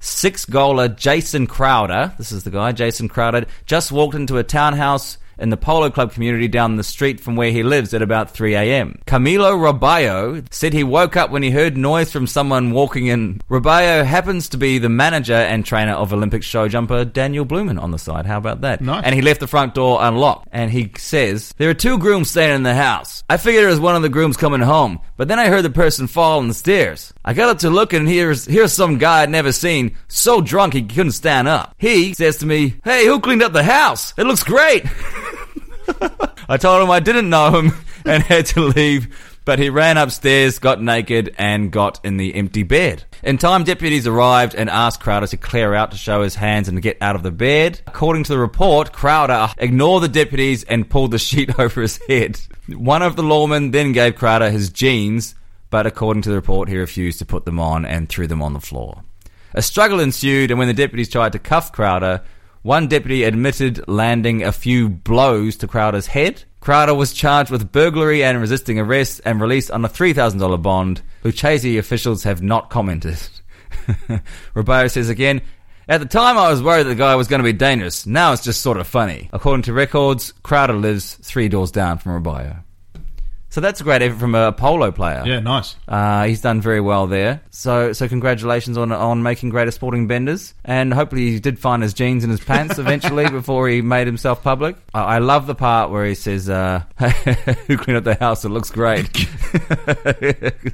C: six goaler Jason Crowder, this is the guy, Jason Crowder, just walked into a townhouse in the polo club community down the street from where he lives at about 3 a.m. Camilo Rabayo said he woke up when he heard noise from someone walking in. Rabayo happens to be the manager and trainer of Olympic show jumper Daniel Blumen on the side. How about that?
B: Nice.
C: And he left the front door unlocked. And he says, There are two grooms staying in the house. I figured it was one of the grooms coming home, but then I heard the person fall on the stairs. I got up to look and here's, here's some guy I'd never seen, so drunk he couldn't stand up. He says to me, Hey, who cleaned up the house? It looks great. I told him I didn't know him and had to leave, but he ran upstairs, got naked, and got in the empty bed. In time, deputies arrived and asked Crowder to clear out to show his hands and to get out of the bed. According to the report, Crowder ignored the deputies and pulled the sheet over his head. One of the lawmen then gave Crowder his jeans, but according to the report, he refused to put them on and threw them on the floor. A struggle ensued, and when the deputies tried to cuff Crowder, one deputy admitted landing a few blows to Crowder's head. Crowder was charged with burglary and resisting arrest and released on a $3,000 bond. Lucchese officials have not commented. Ribeiro says again, at the time I was worried the guy was going to be dangerous. Now it's just sort of funny. According to records, Crowder lives three doors down from Ribeiro. So that's a great effort from a polo player.
B: Yeah, nice.
C: Uh, he's done very well there. So so congratulations on on making greater sporting benders, and hopefully he did find his jeans and his pants eventually before he made himself public. I, I love the part where he says, uh, "Who cleaned up the house? It looks great."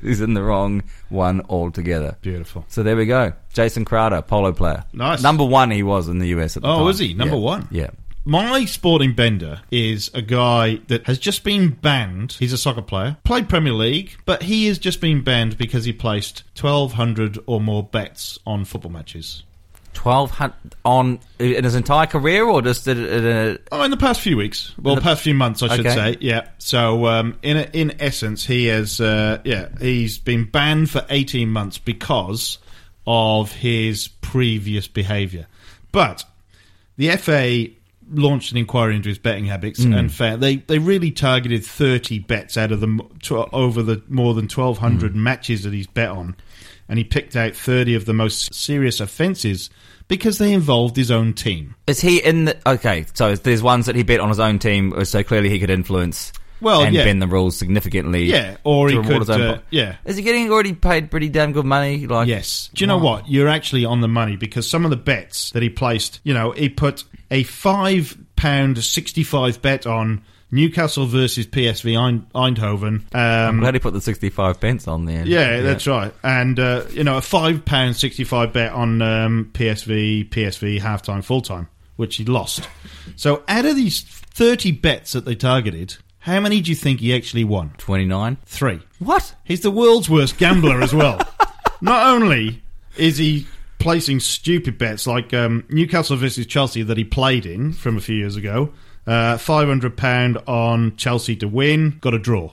C: he's in the wrong one altogether.
B: Beautiful.
C: So there we go. Jason Crowder, polo player.
B: Nice.
C: Number one he was in the US at the
B: Oh,
C: time.
B: was he? Number
C: Yeah.
B: one?
C: Yeah.
B: My sporting bender is a guy that has just been banned. He's a soccer player, played Premier League, but he has just been banned because he placed 1,200 or more bets on football matches.
C: 1200 on in his entire career or just at, at a,
B: Oh, in the past few weeks, well,
C: the-
B: past few months, I should
C: Okay.
B: say. Yeah. So, um, in in essence, he has, uh, yeah, he's been banned for eighteen months because of his previous behaviour. But the FA launched an inquiry into his betting habits,
C: Hmm.
B: and fa- they they really targeted thirty bets out of the m- tw- over the more than twelve hundred
C: Hmm.
B: matches that he's bet on, and he picked out thirty of the most serious offences because they involved his own team.
C: Is he in the okay? So there's ones that he bet on his own team, uh, so clearly he could influence.
B: Well,
C: and
B: yeah.
C: bend the rules significantly.
B: Yeah, or
C: to
B: he
C: reward
B: could,
C: his own
B: uh,
C: po-
B: yeah.
C: Is he getting already paid pretty damn good money? Like
B: Yes. Do you know what? You're actually on the money because some of the bets that he placed, you know, he put a five pound sixty five bet on Newcastle versus PSV Eind- Eindhoven. Um,
C: I'm glad he put the 65 pence on there.
B: yeah, that's right. And uh, you know, a five pound sixty five bet on um, PSV, PSV halftime, full time, which he lost. So out of these thirty bets that they targeted, how many do you think he actually won?
C: Twenty nine.
B: Three.
C: What?
B: He's the world's worst gambler as well. Not only is he placing stupid bets like um, Newcastle versus Chelsea that he played in from a few years ago. Uh, five hundred pound on Chelsea to win, got a draw.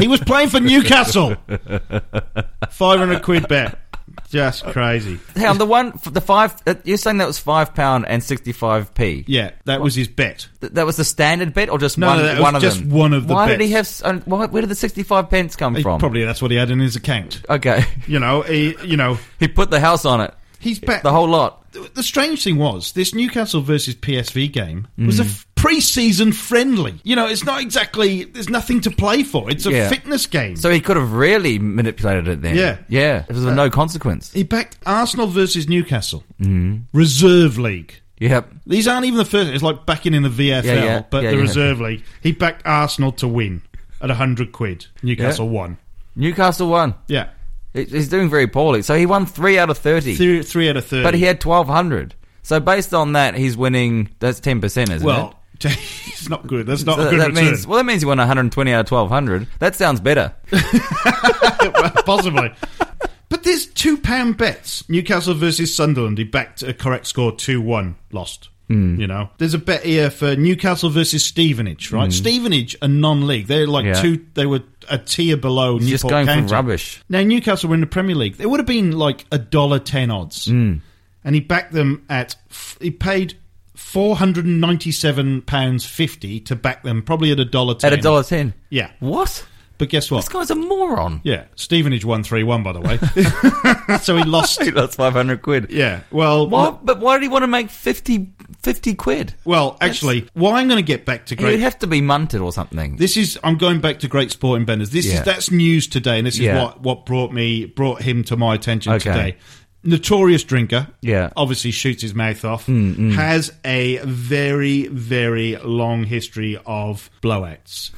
B: He was playing for Newcastle. Five hundred quid bet, just crazy.
C: Hang on, the one, f- the five, uh, you're saying that was £5 pound and 65p.
B: Yeah, that was his bet.
C: Th- that was the standard bet or just
B: No,
C: one,
B: no, that
C: one
B: was
C: of
B: just
C: them?
B: one of the
C: Why did
B: bets.
C: he have, s- and why, where did the 65 pence come
B: He-
C: from?
B: Probably that's what he had in his account.
C: Okay.
B: You know, he, you know,
C: he put the house on it.
B: he's bet
C: The whole lot.
B: the strange thing was this Newcastle versus PSV game was a
C: Hmm.
B: f- pre-season friendly. You know, it's not exactly there's nothing to play for. It's a
C: Yeah.
B: fitness game.
C: So he could have really manipulated it then.
B: Yeah.
C: Yeah. It was of no consequence.
B: he backed Arsenal versus Newcastle
C: Hmm.
B: reserve league.
C: Yep.
B: These aren't even the first. It's like backing in the VFL,
C: Yeah, yeah.
B: but
C: Yeah,
B: the
C: yeah.
B: reserve league. He backed Arsenal to win at hundred quid. Newcastle won.
C: Newcastle won.
B: Yeah,
C: He- He's doing very poorly. So he won three out of 30.
B: three, three out of thirty.
C: But he had 1,200. So based on that, he's winning. That's 10%, isn't it?
B: well, it's not good. That's not
C: So
B: a good
C: that
B: return.
C: means well, that means he won 120 out of 1200. That sounds better.
B: possibly. But there's two pound bets. Newcastle versus Sunderland. He backed a correct score two one, lost.
C: Hmm.
B: You know, there's a bet here for Newcastle versus Stevenage, right? Stevenage are non-league. They're like
C: Hmm. Yeah.
B: two. They were a tier below Newport
C: just going for
B: County.
C: rubbish.
B: Now Newcastle were in the Premier League. They would have been like a dollar ten odds,
C: Hmm.
B: and he backed them at. f- He paid. Four hundred and ninety-seven pounds fifty to back them, probably at a dollar ten.
C: At a dollar ten.
B: yeah.
C: What?
B: But guess what?
C: This guy's a moron.
B: Yeah, Stevenage won three one by the way, so he lost.
C: He lost 500 quid.
B: Yeah, well,
C: Why, but why did he want to make 50, 50 quid?
B: well, actually, well, I'm going to get back to
C: He would
B: great.
C: have to be munted or something.
B: This is I'm going back to great sporting benders. This
C: Yeah.
B: is that's news today, and this is
C: Yeah.
B: what what brought me brought him to my attention
C: Okay.
B: today. Notorious drinker,
C: Yeah.
B: obviously shoots his mouth off. Has a very very long history of blowouts.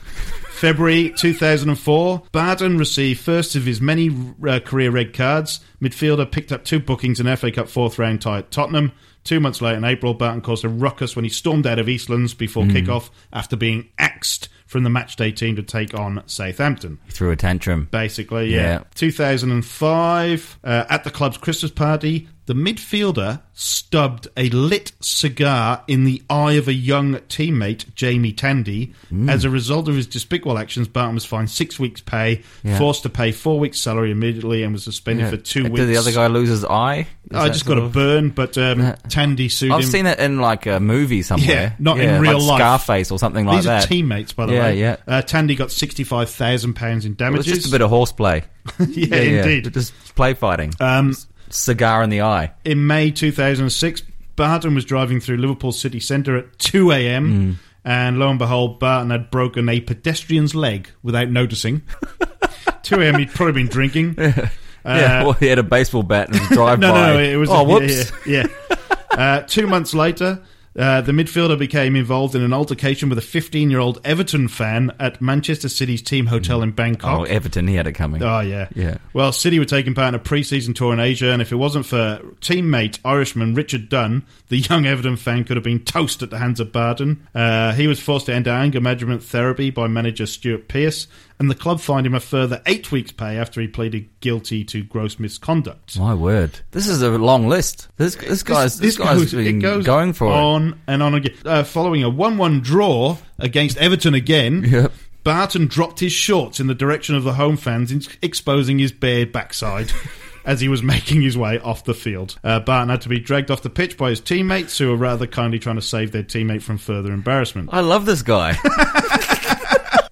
B: February 2004, Barden received first of his many uh, career red cards. Midfielder picked up two bookings in FA Cup fourth round tie at Tottenham. Two months later in April, Barton caused a ruckus when he stormed out of Eastlands before kick-off after being axed from the matchday team to take on Southampton
C: he threw a tantrum.
B: basically. Yeah.
C: Yeah.
B: 2005, uh, at the club's Christmas party, the midfielder stubbed a lit cigar in the eye of a young teammate, Jamie Tandy.
C: Mm.
B: As a result of his despicable actions, Barton was fined six weeks' pay,
C: Yeah.
B: forced to pay four weeks' salary immediately, and was suspended
C: Yeah.
B: for two
C: Did
B: weeks.
C: the other guy lose his eye? Is
B: I
C: that
B: just
C: sort
B: got a
C: of-
B: burn, but um, Tandy sued
C: I've
B: him.
C: seen it in like a movie somewhere.
B: Yeah, not in real
C: like
B: life.
C: Scarface or something like
B: These
C: that.
B: are teammates, by the
C: Yeah,
B: way.
C: yeah.
B: Uh, Tandy got sixty-five thousand pounds in
C: It was
B: damages.
C: just a bit of horseplay.
B: yeah, indeed.
C: Just play fighting.
B: Um,
C: Cigar in the eye.
B: in May 2006, Barton was driving through Liverpool city centre at 2
C: Hmm.
B: a.m. And lo and behold, Barton had broken a pedestrian's leg without noticing. 2 a.m. He'd probably been drinking. Uh,
C: yeah, well, he had a baseball bat and drive
B: No,
C: by.
B: no, it was.
C: Oh,
B: yeah,
C: whoops!
B: Yeah. yeah. uh, two months later, uh, the midfielder became involved in an altercation with a 15-year-old Everton fan at Manchester City's team hotel in Bangkok.
C: Oh, Everton, he had it coming.
B: Oh yeah,
C: Yeah.
B: Well, City were taking part in a pre-season tour in Asia, and if it wasn't for teammate Irishman Richard Dunn, the young Everton fan could have been toast at the hands of Barden. Uh, he was forced to enter anger management therapy by manager Stuart Pearce, and the club fined him a further eight weeks' pay after he pleaded guilty to gross misconduct.
C: My word, this is a long list. This this guy's this,
B: goes-
C: guy's been going for it.
B: on and on again. Uh, following a one-one draw against Everton again.
C: Yep.
B: Barton dropped his shorts in the direction of the home fans, in- exposing his bare backside as he was making his way off the field. Uh, Barton had to be dragged off the pitch by his teammates, who were rather kindly trying to save their teammate from further embarrassment.
C: I love this guy.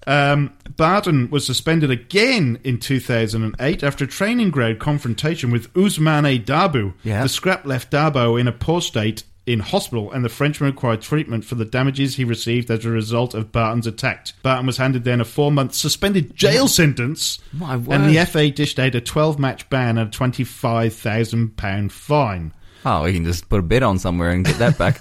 B: Barton was suspended again in 2008 after a training ground confrontation with Ousmane Dabu.
C: Yeah.
B: The scrap left Dabo in a poor state in hospital, and the Frenchman required treatment for the damages he received as a result of Barton's attack. Barton was handed then a four month suspended jail sentence,
C: My
B: and the
C: word.
B: FA dished out a 12 match ban and a £25,000 fine.
C: oh, he can just put a bet on somewhere and get that back.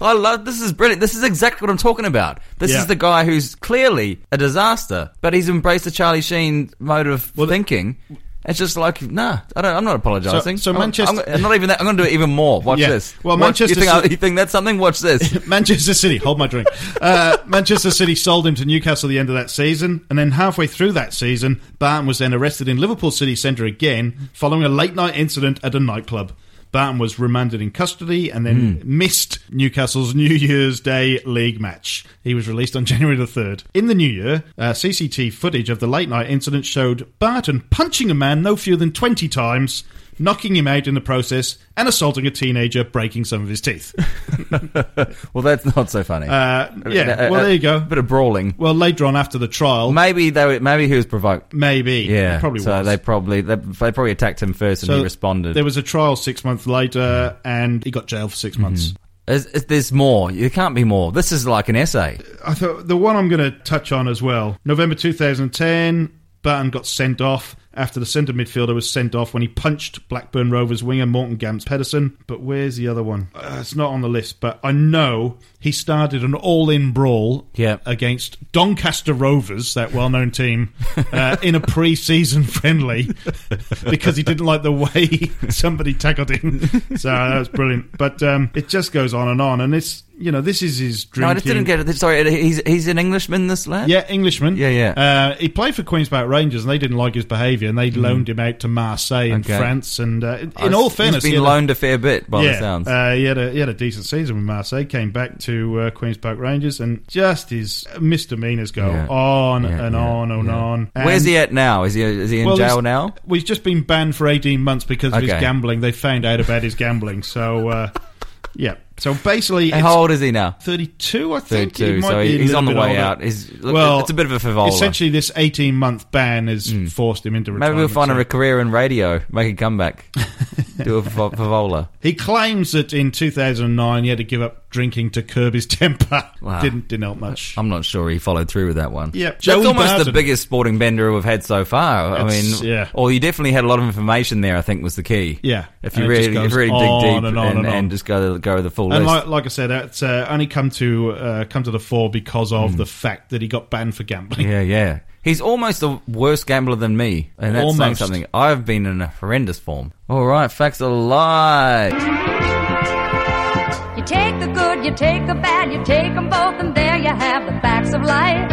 C: I love this. Is brilliant. This is exactly what I'm talking about. This
B: Yeah.
C: is the guy who's clearly a disaster, but he's embraced the Charlie Sheen mode of thinking. It's just like, nah, I don't, I'm not apologising.
B: So- so
C: I'm-
B: Manchester-
C: I'm, I'm not even that. I'm going to do it even more. Watch
B: Yeah.
C: this.
B: Well,
C: Watch-
B: Manchester
C: You think, I-
B: City-
C: you think that's something? Watch this.
B: Manchester City, hold my drink. Uh, Manchester City sold him to Newcastle at the end of that season, and then halfway through that season, Barton was then arrested in Liverpool city centre again following a late night incident at a nightclub. Barton was remanded in custody and then missed Newcastle's New Year's Day league match. He was released on January the 3rd. In the new year, uh, CCT footage of the late night incident showed Barton punching a man no fewer than 20 times, knocking him out in the process, and assaulting a teenager, breaking some of his teeth.
C: well, that's not so funny.
B: Uh, yeah, well, there you go.
C: bit of brawling.
B: Well, later on after the trial,
C: Maybe they were, maybe he was provoked.
B: maybe.
C: Yeah,
B: It probably
C: so
B: was.
C: they probably they, they probably attacked him first, and
B: So
C: he responded.
B: There was a trial six months later, and he got jailed for
C: Mm-hmm.
B: 6 months.
C: Is- is- there's more. There can't be more. This is like an essay.
B: I thought the one I'm going to touch on as well. November 2010, Barton got sent off after the centre midfielder was sent off when he punched Blackburn Rovers winger Morton Gamps Pedersen. But where's the other one? Uh, it's not on the list, but I know he started an all-in brawl
C: Yeah.
B: against Doncaster Rovers, that well-known team, uh, in a pre-season friendly because he didn't like the way somebody tackled him. So that was brilliant. But um, it just goes on and on, and it's you know this is his drinking.
C: No, I just didn't get it. Sorry, he's he's an Englishman. This lad.
B: Yeah, Englishman.
C: Yeah, yeah.
B: Uh, he played for Queens Park Rangers, and they didn't like his behaviour, and they loaned him out to Marseille in
C: Mm. Okay.
B: France. And uh, in
C: I've-
B: all fairness,
C: he's
B: he
C: been
B: had a-
C: loaned a fair bit by the sounds.
B: uh, he had a he had a decent season with Marseille. Came back to uh, Queens Park Rangers, and just his misdemeanors go
C: Yeah.
B: on
C: Yeah,
B: and
C: yeah,
B: on and
C: yeah.
B: on. And
C: Where's he at now? Is he is he in
B: well,
C: jail
B: he's-
C: now?
B: Well, he's just been banned for eighteen months because of his
C: Okay.
B: gambling. They found out about his gambling, so uh, yeah. So basically,
C: And
B: it's-
C: how old is he now?
B: 32, I think. He
C: Thirty-two.
B: might
C: So
B: be a
C: he's
B: little
C: on the
B: bit
C: way
B: older.
C: out. He's look,
B: Well,
C: it's a bit of a favola. Hmm.
B: Essentially, this 18 month ban has forced him into
C: Maybe
B: retirement.
C: we'll find
B: so-
C: him a career in radio, make a comeback, do a fa- favola.
B: He claims that in 2009 he had to give up drinking to curb his temper.
C: Wow.
B: Didn't didn't help much.
C: I'm not sure he followed through with that one.
B: Yeah.
C: that's
B: Joey
C: almost the
B: Barton.
C: biggest sporting bender we've had so far.
B: It's-
C: I mean,
B: yeah.
C: Or you definitely had a lot of information there. I think was the key.
B: Yeah.
C: If
B: And
C: you
B: it just
C: really, if
B: goes
C: you really dig
B: on
C: deep
B: and on and on.
C: just go go the full
B: and
C: list.
B: like, like I said, that's uh, only come to uh, come to the fore because of
C: Hmm.
B: the fact that he got banned for gambling.
C: yeah, yeah. He's almost a worse gambler than me, and that's saying
B: Almost.
C: something. I've been in a horrendous form. All right, facts alive.
K: You take the good, you take the bad, you take 'em both, and there you have the facts of life.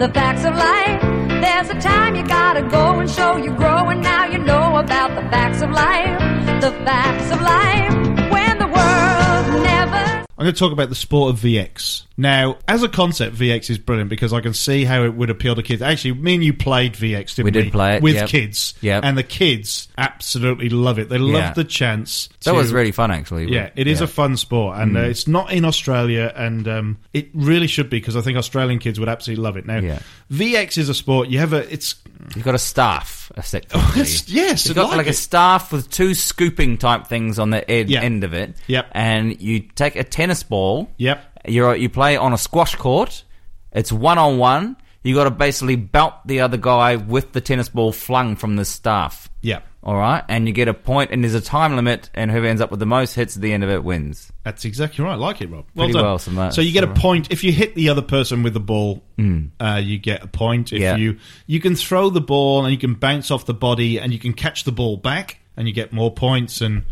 K: The facts of life. There's a time you gotta go and show you grow, and now you know about the facts of life. The facts of life. When the world never.
B: I'm going to talk about the sport of VX. Now, as a concept, VX is brilliant because I can see how it would appeal to kids. Actually, me and you played VX, didn't we?
C: We did play it,
B: with
C: yep.
B: kids,
C: Yep.
B: and the kids absolutely love it. They love
C: Yeah.
B: the chance.
C: That
B: to-
C: was really fun, actually.
B: Yeah, it is
C: Yeah. Mm.
B: a fun sport, and uh, it's not in Australia, and um, it really should be because I think Australian kids would absolutely love it. Now,
C: Yeah.
B: VX is a sport you have a. It's
C: You've got a staff, effectively.
B: it's- Oh, yes,
C: You've
B: I
C: got
B: like
C: like,
B: it.
C: a staff with two scooping type things on the ed-
B: Yeah.
C: end of it.
B: Yep.
C: And you take a tennis ball.
B: Yep.
C: You're, you play on a squash court. It's one on one. You got to basically belt the other guy with the tennis ball flung from the staff.
B: yeah,
C: All right, and you get a point, and there's a time limit, and whoever ends up with the most hits at the end of it wins.
B: that's exactly right. I like it, Rob. Well
C: Pretty
B: done.
C: well, some that-
B: so you get a
C: some that.
B: point if you hit the other person with the ball. Uh, you get a point if
C: Hmm. Yeah.
B: you you can throw the ball and you can bounce off the body and you can catch the ball back and you get more points and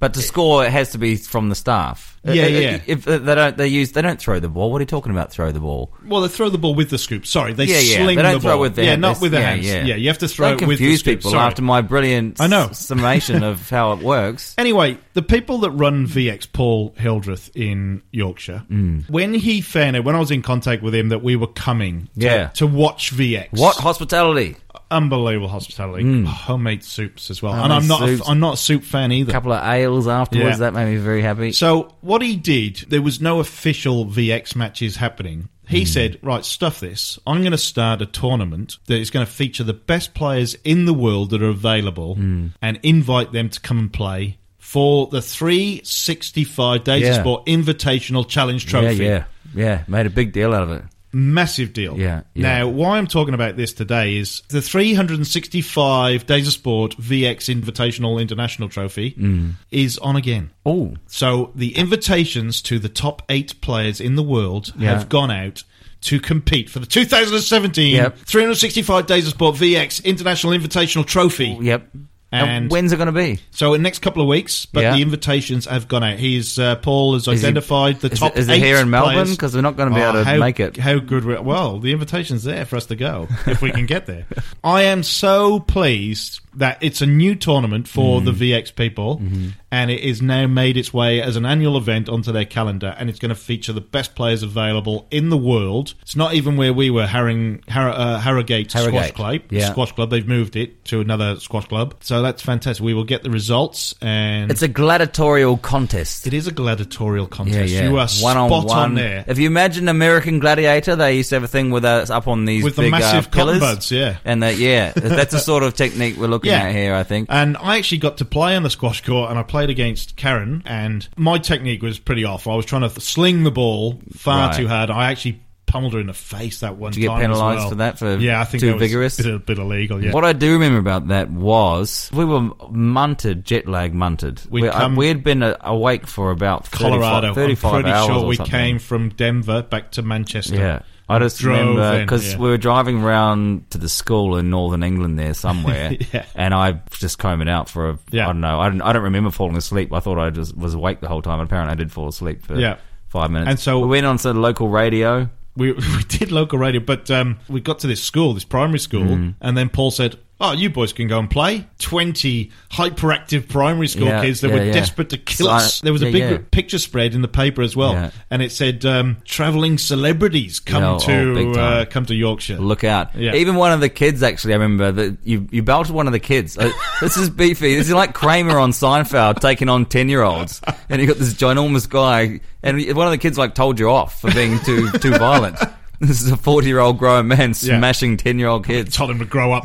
C: But to score, it has to be from the staff.
B: Yeah,
C: Uh, uh,
B: yeah.
C: If uh, they don't, they use they don't throw the ball. What are you talking about? Throw the ball.
B: Well, they throw the ball with the scoop. Sorry, they
C: yeah, yeah.
B: sling
C: They don't
B: the
C: throw
B: ball.
C: it with their
B: yeah,
C: hand.
B: not with their
C: yeah,
B: hands.
C: Yeah.
B: Yeah. you have to throw
C: Don't
B: it with the
C: confuse
B: scoop.
C: people
B: Sorry.
C: after my brilliant
B: I know.
C: s- summation of how it works.
B: Anyway, the people that run VX, Paul Hildreth in Yorkshire,
C: Hmm.
B: when he found out, when I was in contact with him, that we were coming to,
C: Yeah.
B: to watch VX.
C: What hospitality?
B: unbelievable hospitality? Homemade soups as well, and
C: Mm. Homemade
B: I'm not a,
C: soups.
B: I'm not a soup fan
C: A
B: either.
C: couple of ales afterwards.
B: Yeah.
C: That made me very happy.
B: So what he did, there was no official VX matches happening. He
C: Mm.
B: said, "Right, stuff this. I'm going to start a tournament that is going to feature the best players in the world that are available,
C: Mm.
B: and invite them to come and play for the 365 Days of
C: Yeah.
B: Sport Invitational Challenge
C: yeah,
B: Trophy."
C: yeah, yeah. Made a big deal out of it.
B: Massive deal.
C: Yeah, yeah.
B: Now, why I'm talking about this today is the 365 Days of Sport VX Invitational International Trophy
C: Mm.
B: is on again.
C: Oh.
B: So the invitations to the top eight players in the world
C: Yeah.
B: have gone out to compete for the 2017
C: Yep.
B: 365 Days of Sport VX International Invitational Trophy.
C: Yep.
B: And,
C: And when's it going to be?
B: So in the next couple of weeks, but
C: Yeah.
B: the invitations have gone out. He's uh, Paul has
C: Is he-
B: identified the
C: is
B: top.
C: it- is it
B: eight
C: here in Melbourne?
B: players.
C: 'Cause we're not gonna be
B: Oh,
C: able to
B: how,
C: make it.
B: How good? We, well, the invitation's there for us to go if we can get there. I am so pleased that it's a new tournament for
C: Mm.
B: the VX people,
C: Mm-hmm.
B: and it is now made its way as an annual event onto their calendar, and it's going to feature the best players available in the world. It's not even where we were, Harring, Har- uh, Harrogate, Squash
C: Harrogate.
B: Club.
C: Yeah.
B: Squash Club. They've moved it to another squash club, so that's fantastic. We will get the results, and
C: It's a gladiatorial contest.
B: It is a gladiatorial contest. You are
C: one
B: spot
C: on
B: on,
C: one.
B: there.
C: If you imagine American Gladiator, they used to have a thing with us up on these
B: With the
C: big,
B: massive cotton
C: uh, pillars.
B: buds, yeah.
C: and that yeah, that's the sort of technique we're looking
B: Yeah. Uh,
C: at here. I think.
B: And I actually got to play on the squash court, and I played against Karen, and my technique was pretty off. I was trying to th- sling the ball far
C: Right.
B: too hard. I actually pummeled her in the face that one
C: Did you get
B: time. as
C: penalised
B: well.
C: for that for
B: yeah, I think
C: too
B: that was
C: vigorous?
B: A bit, a bit illegal. Yeah.
C: What I do remember about that was we were munted, jet lag munted.
B: We'd
C: We, I-
B: come-
C: we had been uh, awake for about 35
B: Colorado.
C: 35
B: I'm pretty
C: hours
B: sure
C: or
B: we
C: something.
B: came from Denver back to Manchester.
C: Yeah. I just
B: Drove
C: remember
B: in,
C: because
B: yeah.
C: we were driving round to the school in northern England there somewhere,
B: Yeah.
C: and I just combing out for a
B: Yeah.
C: I don't know I don't I don't remember falling asleep. I thought I just was awake the whole time. Apparently, I did fall asleep for
B: Yeah.
C: five minutes.
B: And so-
C: we went on to the local radio.
B: we, we did local radio, but um, we got to this school, this primary school,
C: Mm.
B: and then Paul said, "Oh, you boys can go and play." Twenty hyperactive primary school
C: Yeah,
B: kids that
C: yeah,
B: were
C: yeah.
B: desperate to kill
C: So I-
B: us. There was a
C: yeah,
B: big
C: yeah.
B: picture spread in the paper as well,
C: Yeah.
B: and it said, um, "Traveling celebrities come
C: Yeah, oh,
B: to
C: big time.
B: uh, come to Yorkshire."
C: Look out!
B: Yeah.
C: Even one of the kids actually, I remember that you you belted one of the kids. Uh, this is beefy. This is like Kramer on Seinfeld taking on ten year olds, and you got this ginormous guy, and one of the kids like told you off for being too too violent. This is a forty year old grown man
B: Yeah.
C: smashing ten year old kids.
B: Told him to grow up.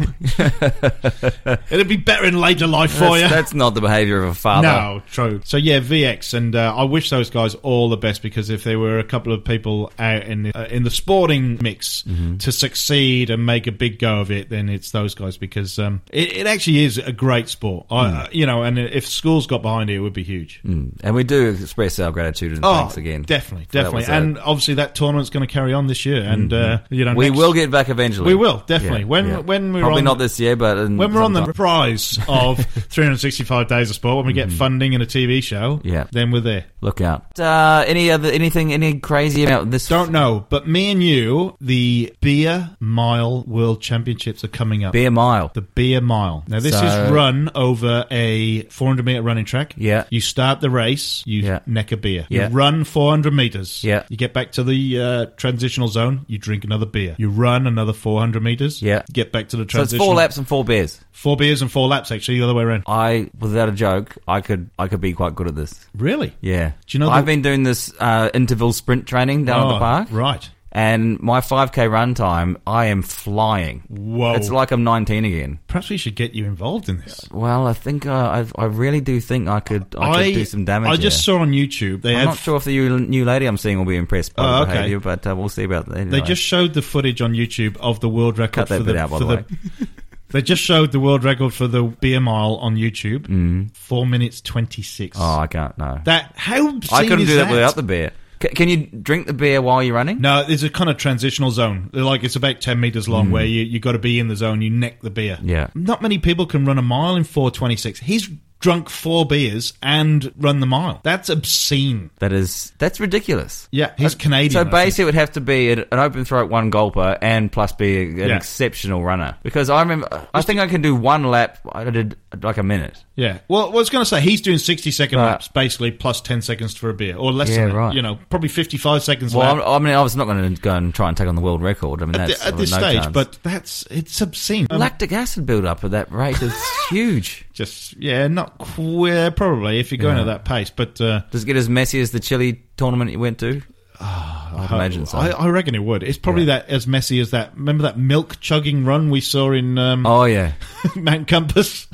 B: It'd be better in later life for
C: That's,
B: you.
C: that's not the behaviour of a father.
B: No, true. So yeah, VX, and uh, I wish those guys all the best because if there were a couple of people out in the, uh, in the sporting mix
C: Mm-hmm.
B: to succeed and make a big go of it, then it's those guys because um, it, it actually is a great sport. I, uh, you know, and if schools got behind it, it would be huge.
C: Mm. And we do express our gratitude and
B: Oh,
C: thanks again.
B: definitely,
C: So that
B: definitely,
C: was a-
B: and obviously that tournament's going to carry on this year, and uh, you know
C: we
B: next-
C: will get back eventually.
B: We will, definitely.
C: Yeah,
B: When-
C: yeah.
B: when we're
C: probably
B: on-
C: not this year, but in
B: when we're on the
C: sometime.
B: prize of 365 days of sport, when we get funding and a TV show,
C: Mm-hmm. Yeah.
B: then we're there.
C: look out. Uh, any other anything any crazy about this?
B: Don't know, but me and you, the Beer Mile World Championships are coming up.
C: Beer mile.
B: The Beer Mile. Now, this
C: So-
B: is run over a 400 meter running track.
C: Yeah.
B: You start the race, you
C: Yeah.
B: neck a beer.
C: Yeah.
B: You run 400 meters.
C: Yeah.
B: You get back to the uh, transitional zone, you drink another beer. You run another 400 meters.
C: Yeah.
B: Get back to the
C: So it's
B: transitional.
C: four laps and four beers.
B: Four beers and four laps, actually, the other way around.
C: I, without a joke, I could I could be quite good at this.
B: Really?
C: Yeah.
B: Do you know
C: I've
B: the-
C: been doing this uh, interval sprint training down at
B: Oh,
C: the park,
B: Right.
C: and my 5k run time, I am flying.
B: Whoa.
C: It's like I'm 19 again.
B: Perhaps we should get you involved in this.
C: Well, I think uh, I I really do think I could I, could do some damage.
B: I just
C: here.
B: saw on YouTube they
C: I'm
B: have
C: not sure if the new new lady I'm seeing will be impressed by
B: Oh,
C: the
B: okay.
C: behaviour, but uh, we'll see about that.
B: They
C: anyway.
B: just showed the footage on YouTube of the world record
C: Cut that
B: for
C: bit
B: the,
C: out, by
B: for
C: the
B: they just showed the world record for the beer mile on YouTube.
C: Mm.
B: Four minutes twenty six.
C: Oh, I can't. No,
B: that how
C: I
B: obscene
C: couldn't
B: is
C: do that,
B: that
C: without the beer. C- can you drink the beer while you're running?
B: No, there's a kind of transitional zone. They're Like it's about ten meters long,
C: Mm.
B: where you you got to be in the zone. You neck the beer.
C: Yeah.
B: not many people can run a mile in four twenty six. He's drunk four beers and run the mile. That's obscene.
C: That is that's ridiculous.
B: Yeah, he's Canadian.
C: Uh, So
B: I think.
C: basically, it would have to be an, an open throat, one gulper, and plus be an
B: Yeah.
C: exceptional runner. Because I remember, I think I can do one lap. I did like a minute.
B: Yeah. Well, I was going to say he's doing sixty second
C: But-
B: laps, basically plus ten seconds for a beer, or less
C: Yeah,
B: than that.
C: right.
B: You know, probably fifty five seconds.
C: Well,
B: lap.
C: I'm- I mean, I was not going to go and try and take on the world record. I mean,
B: at,
C: that's
B: thi- at this
C: no
B: stage,
C: chance.
B: but that's it's obscene. Um,
C: lactic acid buildup at that rate is huge.
B: just yeah, not queer probably if you're going
C: Yeah.
B: at that pace, but uh,
C: Does it get as messy as the Chile tournament you went to?
B: I
C: imagine so.
B: Ah, I, I reckon it would. It's probably that as messy as that. Remember that milk chugging run we saw in um,
C: Oh yeah,
B: Mount Compass?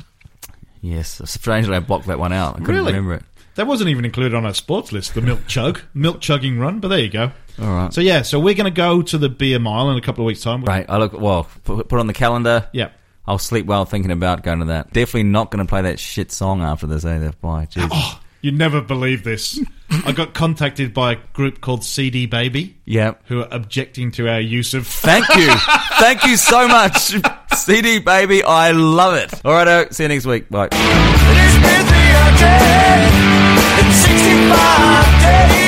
C: yes. Strangely, I blocked that one out. I couldn't
B: Really?
C: remember it.
B: That wasn't even included on our sports list. The milk chug, milk chugging run. But there you go.
C: All right.
B: So yeah, so we're going to go to the beer mile in a couple of weeks' time.
C: Right. I look well. Put, put on the calendar.
B: Yeah.
C: I'll sleep well thinking about going to that. Definitely not going to play that shit song after this either. Boy, Jesus.
B: You never believe this. I got contacted by a group called CD Baby.
C: Yeah.
B: Who are objecting to our use of.
C: Thank you. Thank you so much. CD baby, I love it. All righto. See you next week. Bye.
D: It's been 365 days.